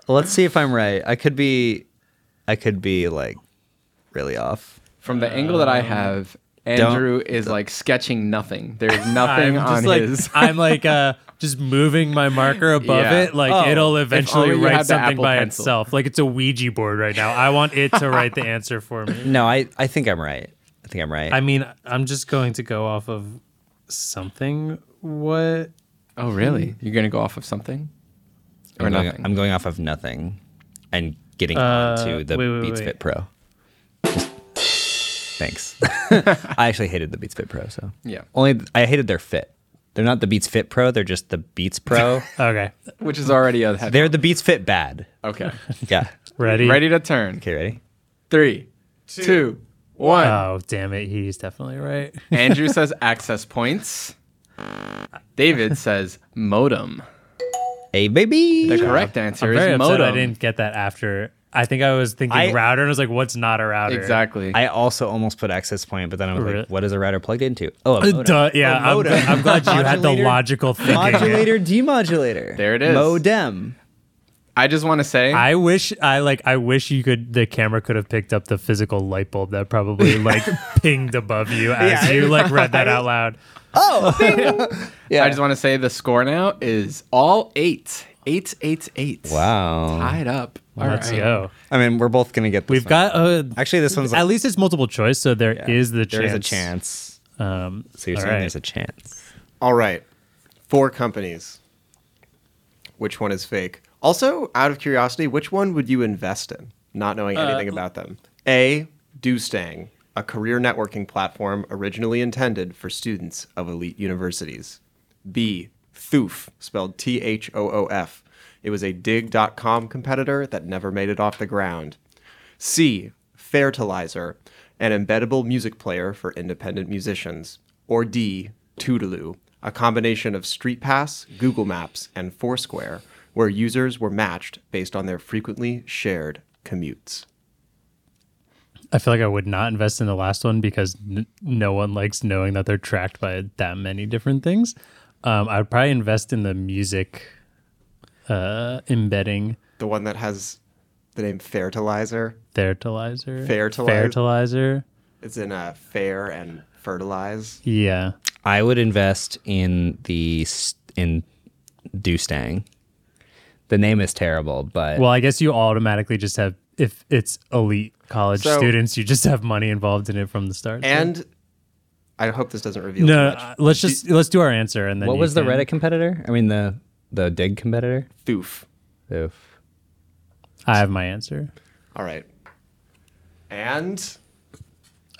Speaker 3: Let's see if I'm right. I could be, I could be like really off.
Speaker 4: From the angle that I have, Andrew is like sketching nothing. There's nothing
Speaker 2: I'm
Speaker 4: on
Speaker 2: just like
Speaker 4: his.
Speaker 2: I'm like uh just moving my marker above
Speaker 4: Yeah.
Speaker 2: it, like
Speaker 4: Oh,
Speaker 2: it'll
Speaker 4: if
Speaker 2: eventually
Speaker 4: only you
Speaker 2: write
Speaker 4: had the
Speaker 2: something
Speaker 4: Apple
Speaker 2: by
Speaker 4: Pencil.
Speaker 2: itself. Like it's a Ouija board right now. I want it to write the answer for me.
Speaker 3: No, I, I think I'm right. I think I'm right.
Speaker 2: I mean, I'm just going to go off of something. What?
Speaker 4: Oh, really? You're gonna go off of something?
Speaker 3: I'm
Speaker 4: Or
Speaker 3: going,
Speaker 4: nothing?
Speaker 3: I'm going off of nothing, and getting on to the
Speaker 2: Uh, wait, wait,
Speaker 3: Beats
Speaker 2: wait.
Speaker 3: Fit Pro. Thanks. I actually hated the Beats Fit Pro. So
Speaker 4: Yeah.
Speaker 3: only I hated their fit. They're not the Beats Fit Pro. They're just the Beats Pro.
Speaker 2: Okay.
Speaker 4: Which is already a head.
Speaker 3: they're the Beats Fit bad.
Speaker 4: Okay.
Speaker 3: Yeah.
Speaker 2: Ready?
Speaker 4: Ready to turn.
Speaker 3: Okay, ready?
Speaker 4: Three, two, one.
Speaker 2: Oh, damn it. He's definitely right.
Speaker 4: Andrew says access points. David says modem.
Speaker 3: Hey, baby.
Speaker 4: The correct answer
Speaker 2: I'm
Speaker 4: is
Speaker 2: very upset
Speaker 4: modem.
Speaker 2: I didn't get that after. I think I was thinking
Speaker 3: I-
Speaker 2: router and I was like, what's not a router?
Speaker 4: Exactly.
Speaker 3: I also almost put access point, but then I was
Speaker 2: Really?
Speaker 3: like, what is a router plugged into? Oh, a
Speaker 2: Uh,
Speaker 3: modem.
Speaker 2: duh, yeah, I'm,
Speaker 3: modem.
Speaker 2: I'm glad you had the
Speaker 3: Modulator.
Speaker 2: logical thinking.
Speaker 3: modulator, demodulator.
Speaker 4: There it is.
Speaker 3: Modem.
Speaker 4: I just want to say
Speaker 2: I wish I like I wish you could the camera could have picked up the physical light bulb that probably like pinged above you as
Speaker 3: Yeah.
Speaker 2: you like read that out loud.
Speaker 3: Yeah.
Speaker 4: I just want to say the score now is all eight. Eight, eight, eight.
Speaker 3: wow.
Speaker 4: Tied up. All
Speaker 2: Let's
Speaker 4: right.
Speaker 2: go.
Speaker 3: I mean, we're both gonna get. This
Speaker 2: We've
Speaker 3: one.
Speaker 2: got uh,
Speaker 3: Actually, this one's
Speaker 2: at least it's multiple choice, so there is the
Speaker 3: there
Speaker 2: chance.
Speaker 3: is a chance.
Speaker 2: Um,
Speaker 3: So you're
Speaker 2: all
Speaker 3: saying
Speaker 2: right.
Speaker 3: there's a chance.
Speaker 5: All right. Four companies. Which one is fake? Also, out of curiosity, which one would you invest in, not knowing anything about them? A. Doostang, a career networking platform originally intended for students of elite universities. B. Thoof, spelled T H O O F. It was a dig.com competitor that never made it off the ground. C. Fertilizer, an embeddable music player for independent musicians. Or D. Toodaloo, a combination of Street Pass, Google Maps, and Foursquare, where users were matched based on their frequently shared commutes.
Speaker 2: I feel like I would not invest in the last one because n- no one likes knowing that they're tracked by that many different things. Um, I would probably invest in the music uh, embedding
Speaker 5: The one that has the name Fertilizer.
Speaker 2: fertilizer.
Speaker 5: Fertilize-
Speaker 2: Fertilizer.
Speaker 5: It's in a fair and fertilize.
Speaker 2: Yeah.
Speaker 3: I would invest in the s- in Doostang. The name is terrible, but
Speaker 2: Well, I guess you automatically just have if it's elite college
Speaker 5: So-
Speaker 2: students, you just have money involved in it from the start. So-
Speaker 5: And I hope this doesn't reveal
Speaker 2: no,
Speaker 5: too much.
Speaker 2: uh, let's just let's do our answer and then.
Speaker 3: what
Speaker 2: you
Speaker 3: was the
Speaker 2: can-
Speaker 3: Reddit competitor? I mean, the the Dig competitor.
Speaker 5: Thoof.
Speaker 3: Oof.
Speaker 2: I have my answer.
Speaker 5: All right. And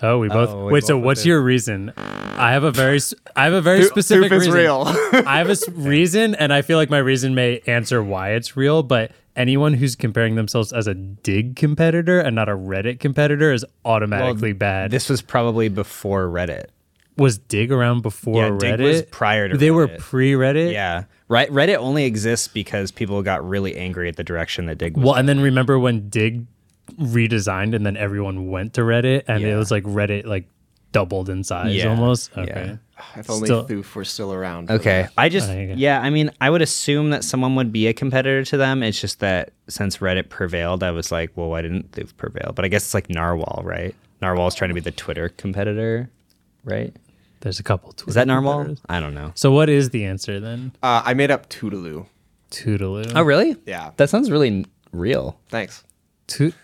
Speaker 2: Oh, we both.
Speaker 3: Oh, we
Speaker 2: wait, so
Speaker 3: both
Speaker 2: what's
Speaker 3: did.
Speaker 2: your reason? I have a very, s- I have a very
Speaker 5: Thoof-
Speaker 2: specific
Speaker 5: Thoof is
Speaker 2: reason.
Speaker 5: real.
Speaker 2: I have a s- reason, and I feel like my reason may answer why it's real. But anyone who's comparing themselves as a Dig competitor and not a Reddit competitor is automatically bad.
Speaker 3: This was probably before Reddit.
Speaker 2: was Dig around before
Speaker 3: Yeah,
Speaker 2: Reddit.
Speaker 3: Dig was prior to
Speaker 2: they were
Speaker 3: Reddit.
Speaker 2: pre-Reddit.
Speaker 3: Yeah, right. Reddit only exists because people got really angry at the direction that Dig was.
Speaker 2: Well, and then remember when Dig redesigned, and then everyone went to Reddit, and it
Speaker 3: Yeah.
Speaker 2: was like Reddit like doubled in size
Speaker 3: Yeah.
Speaker 2: almost.
Speaker 3: Yeah.
Speaker 2: Okay.
Speaker 5: if only
Speaker 2: Still-
Speaker 5: Thoof were still around. for
Speaker 3: Okay. I just,
Speaker 2: Okay.
Speaker 3: yeah, I mean, I would assume that someone would be a competitor to them. It's just that since Reddit prevailed, I was like, well, why didn't they prevail? But I guess it's like Narwhal, right? Narwhal's trying to be the Twitter competitor, right?
Speaker 2: There's a couple. Twitter
Speaker 3: Is that Narwhal?
Speaker 2: competitors.
Speaker 3: I don't know.
Speaker 2: So what is the answer then?
Speaker 5: that. Uh, I made up Toodaloo.
Speaker 2: Toodaloo.
Speaker 3: Oh, really?
Speaker 5: Yeah.
Speaker 3: That sounds really n- real.
Speaker 5: Thanks.
Speaker 2: Toot-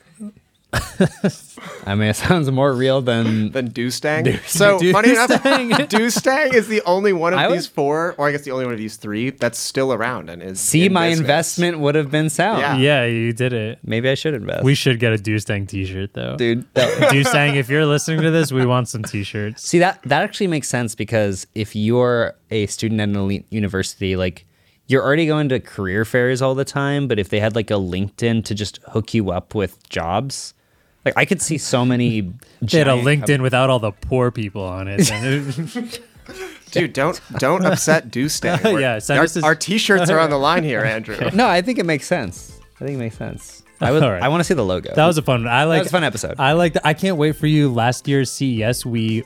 Speaker 3: I mean, it sounds more real than.
Speaker 5: Than Doostang. So funny enough, Doostang is the only one of
Speaker 3: I would-
Speaker 5: these four, or I guess the only one of these three that's still around and is.
Speaker 3: See,
Speaker 5: in
Speaker 3: my
Speaker 5: business.
Speaker 3: investment would have been sound.
Speaker 5: Yeah.
Speaker 2: yeah, you did it.
Speaker 3: Maybe I should invest.
Speaker 2: We should get a Dewstang t-shirt though.
Speaker 3: dude. that-
Speaker 2: Dewstang, if you're listening to this, we want some t-shirts.
Speaker 3: See that that actually makes sense because if you're a student at an elite university, like you're already going to career fairs all the time, but if they had like a LinkedIn to just hook you up with jobs, like I could see so many
Speaker 2: They had a
Speaker 3: giant
Speaker 2: LinkedIn without all the poor people on it. and it-
Speaker 5: Dude, don't don't upset Deuce Day. We're-
Speaker 2: Yeah, send
Speaker 5: our,
Speaker 2: us his-
Speaker 5: our t-shirts are on the line here, Andrew.
Speaker 3: No, I think it makes sense. I think it makes sense. I would.
Speaker 2: All right.
Speaker 3: I want to see the logo.
Speaker 2: That was a fun. I like
Speaker 3: was a fun episode.
Speaker 2: I like. I can't wait for you. Last year's CES, we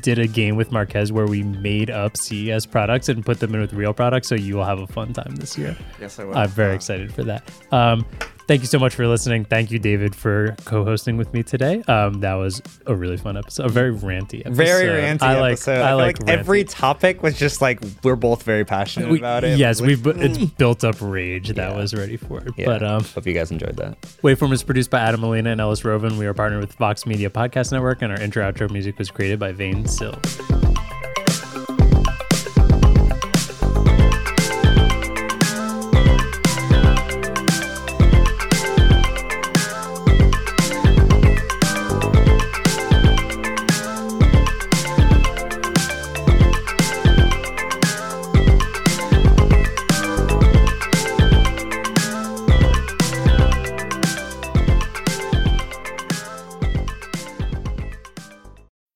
Speaker 2: did a game with Marquez where we made up CES products and put them in with real products. So you will have a fun time this year.
Speaker 5: Yes, I will.
Speaker 2: I'm
Speaker 3: Uh,
Speaker 2: very excited for that. Um, thank you so much for listening. Thank you, David, for co-hosting with me today. Um, that was a really fun episode. A very ranty episode.
Speaker 3: very ranty
Speaker 2: I like,
Speaker 3: episode.
Speaker 2: I,
Speaker 3: feel
Speaker 2: like, ranty.
Speaker 3: every topic was just like we're both very passionate
Speaker 2: We-
Speaker 3: about it.
Speaker 2: Yes,
Speaker 3: Like, mm.
Speaker 2: we've bu- it's built up rage that was ready for it.
Speaker 3: yeah.
Speaker 2: But um,
Speaker 3: hope you guys enjoyed that.
Speaker 2: Waveform is produced by Adam Molina and Ellis Roven. We are partnered with Vox Media Podcast Network, and our intro outro music was created by Vane Sills.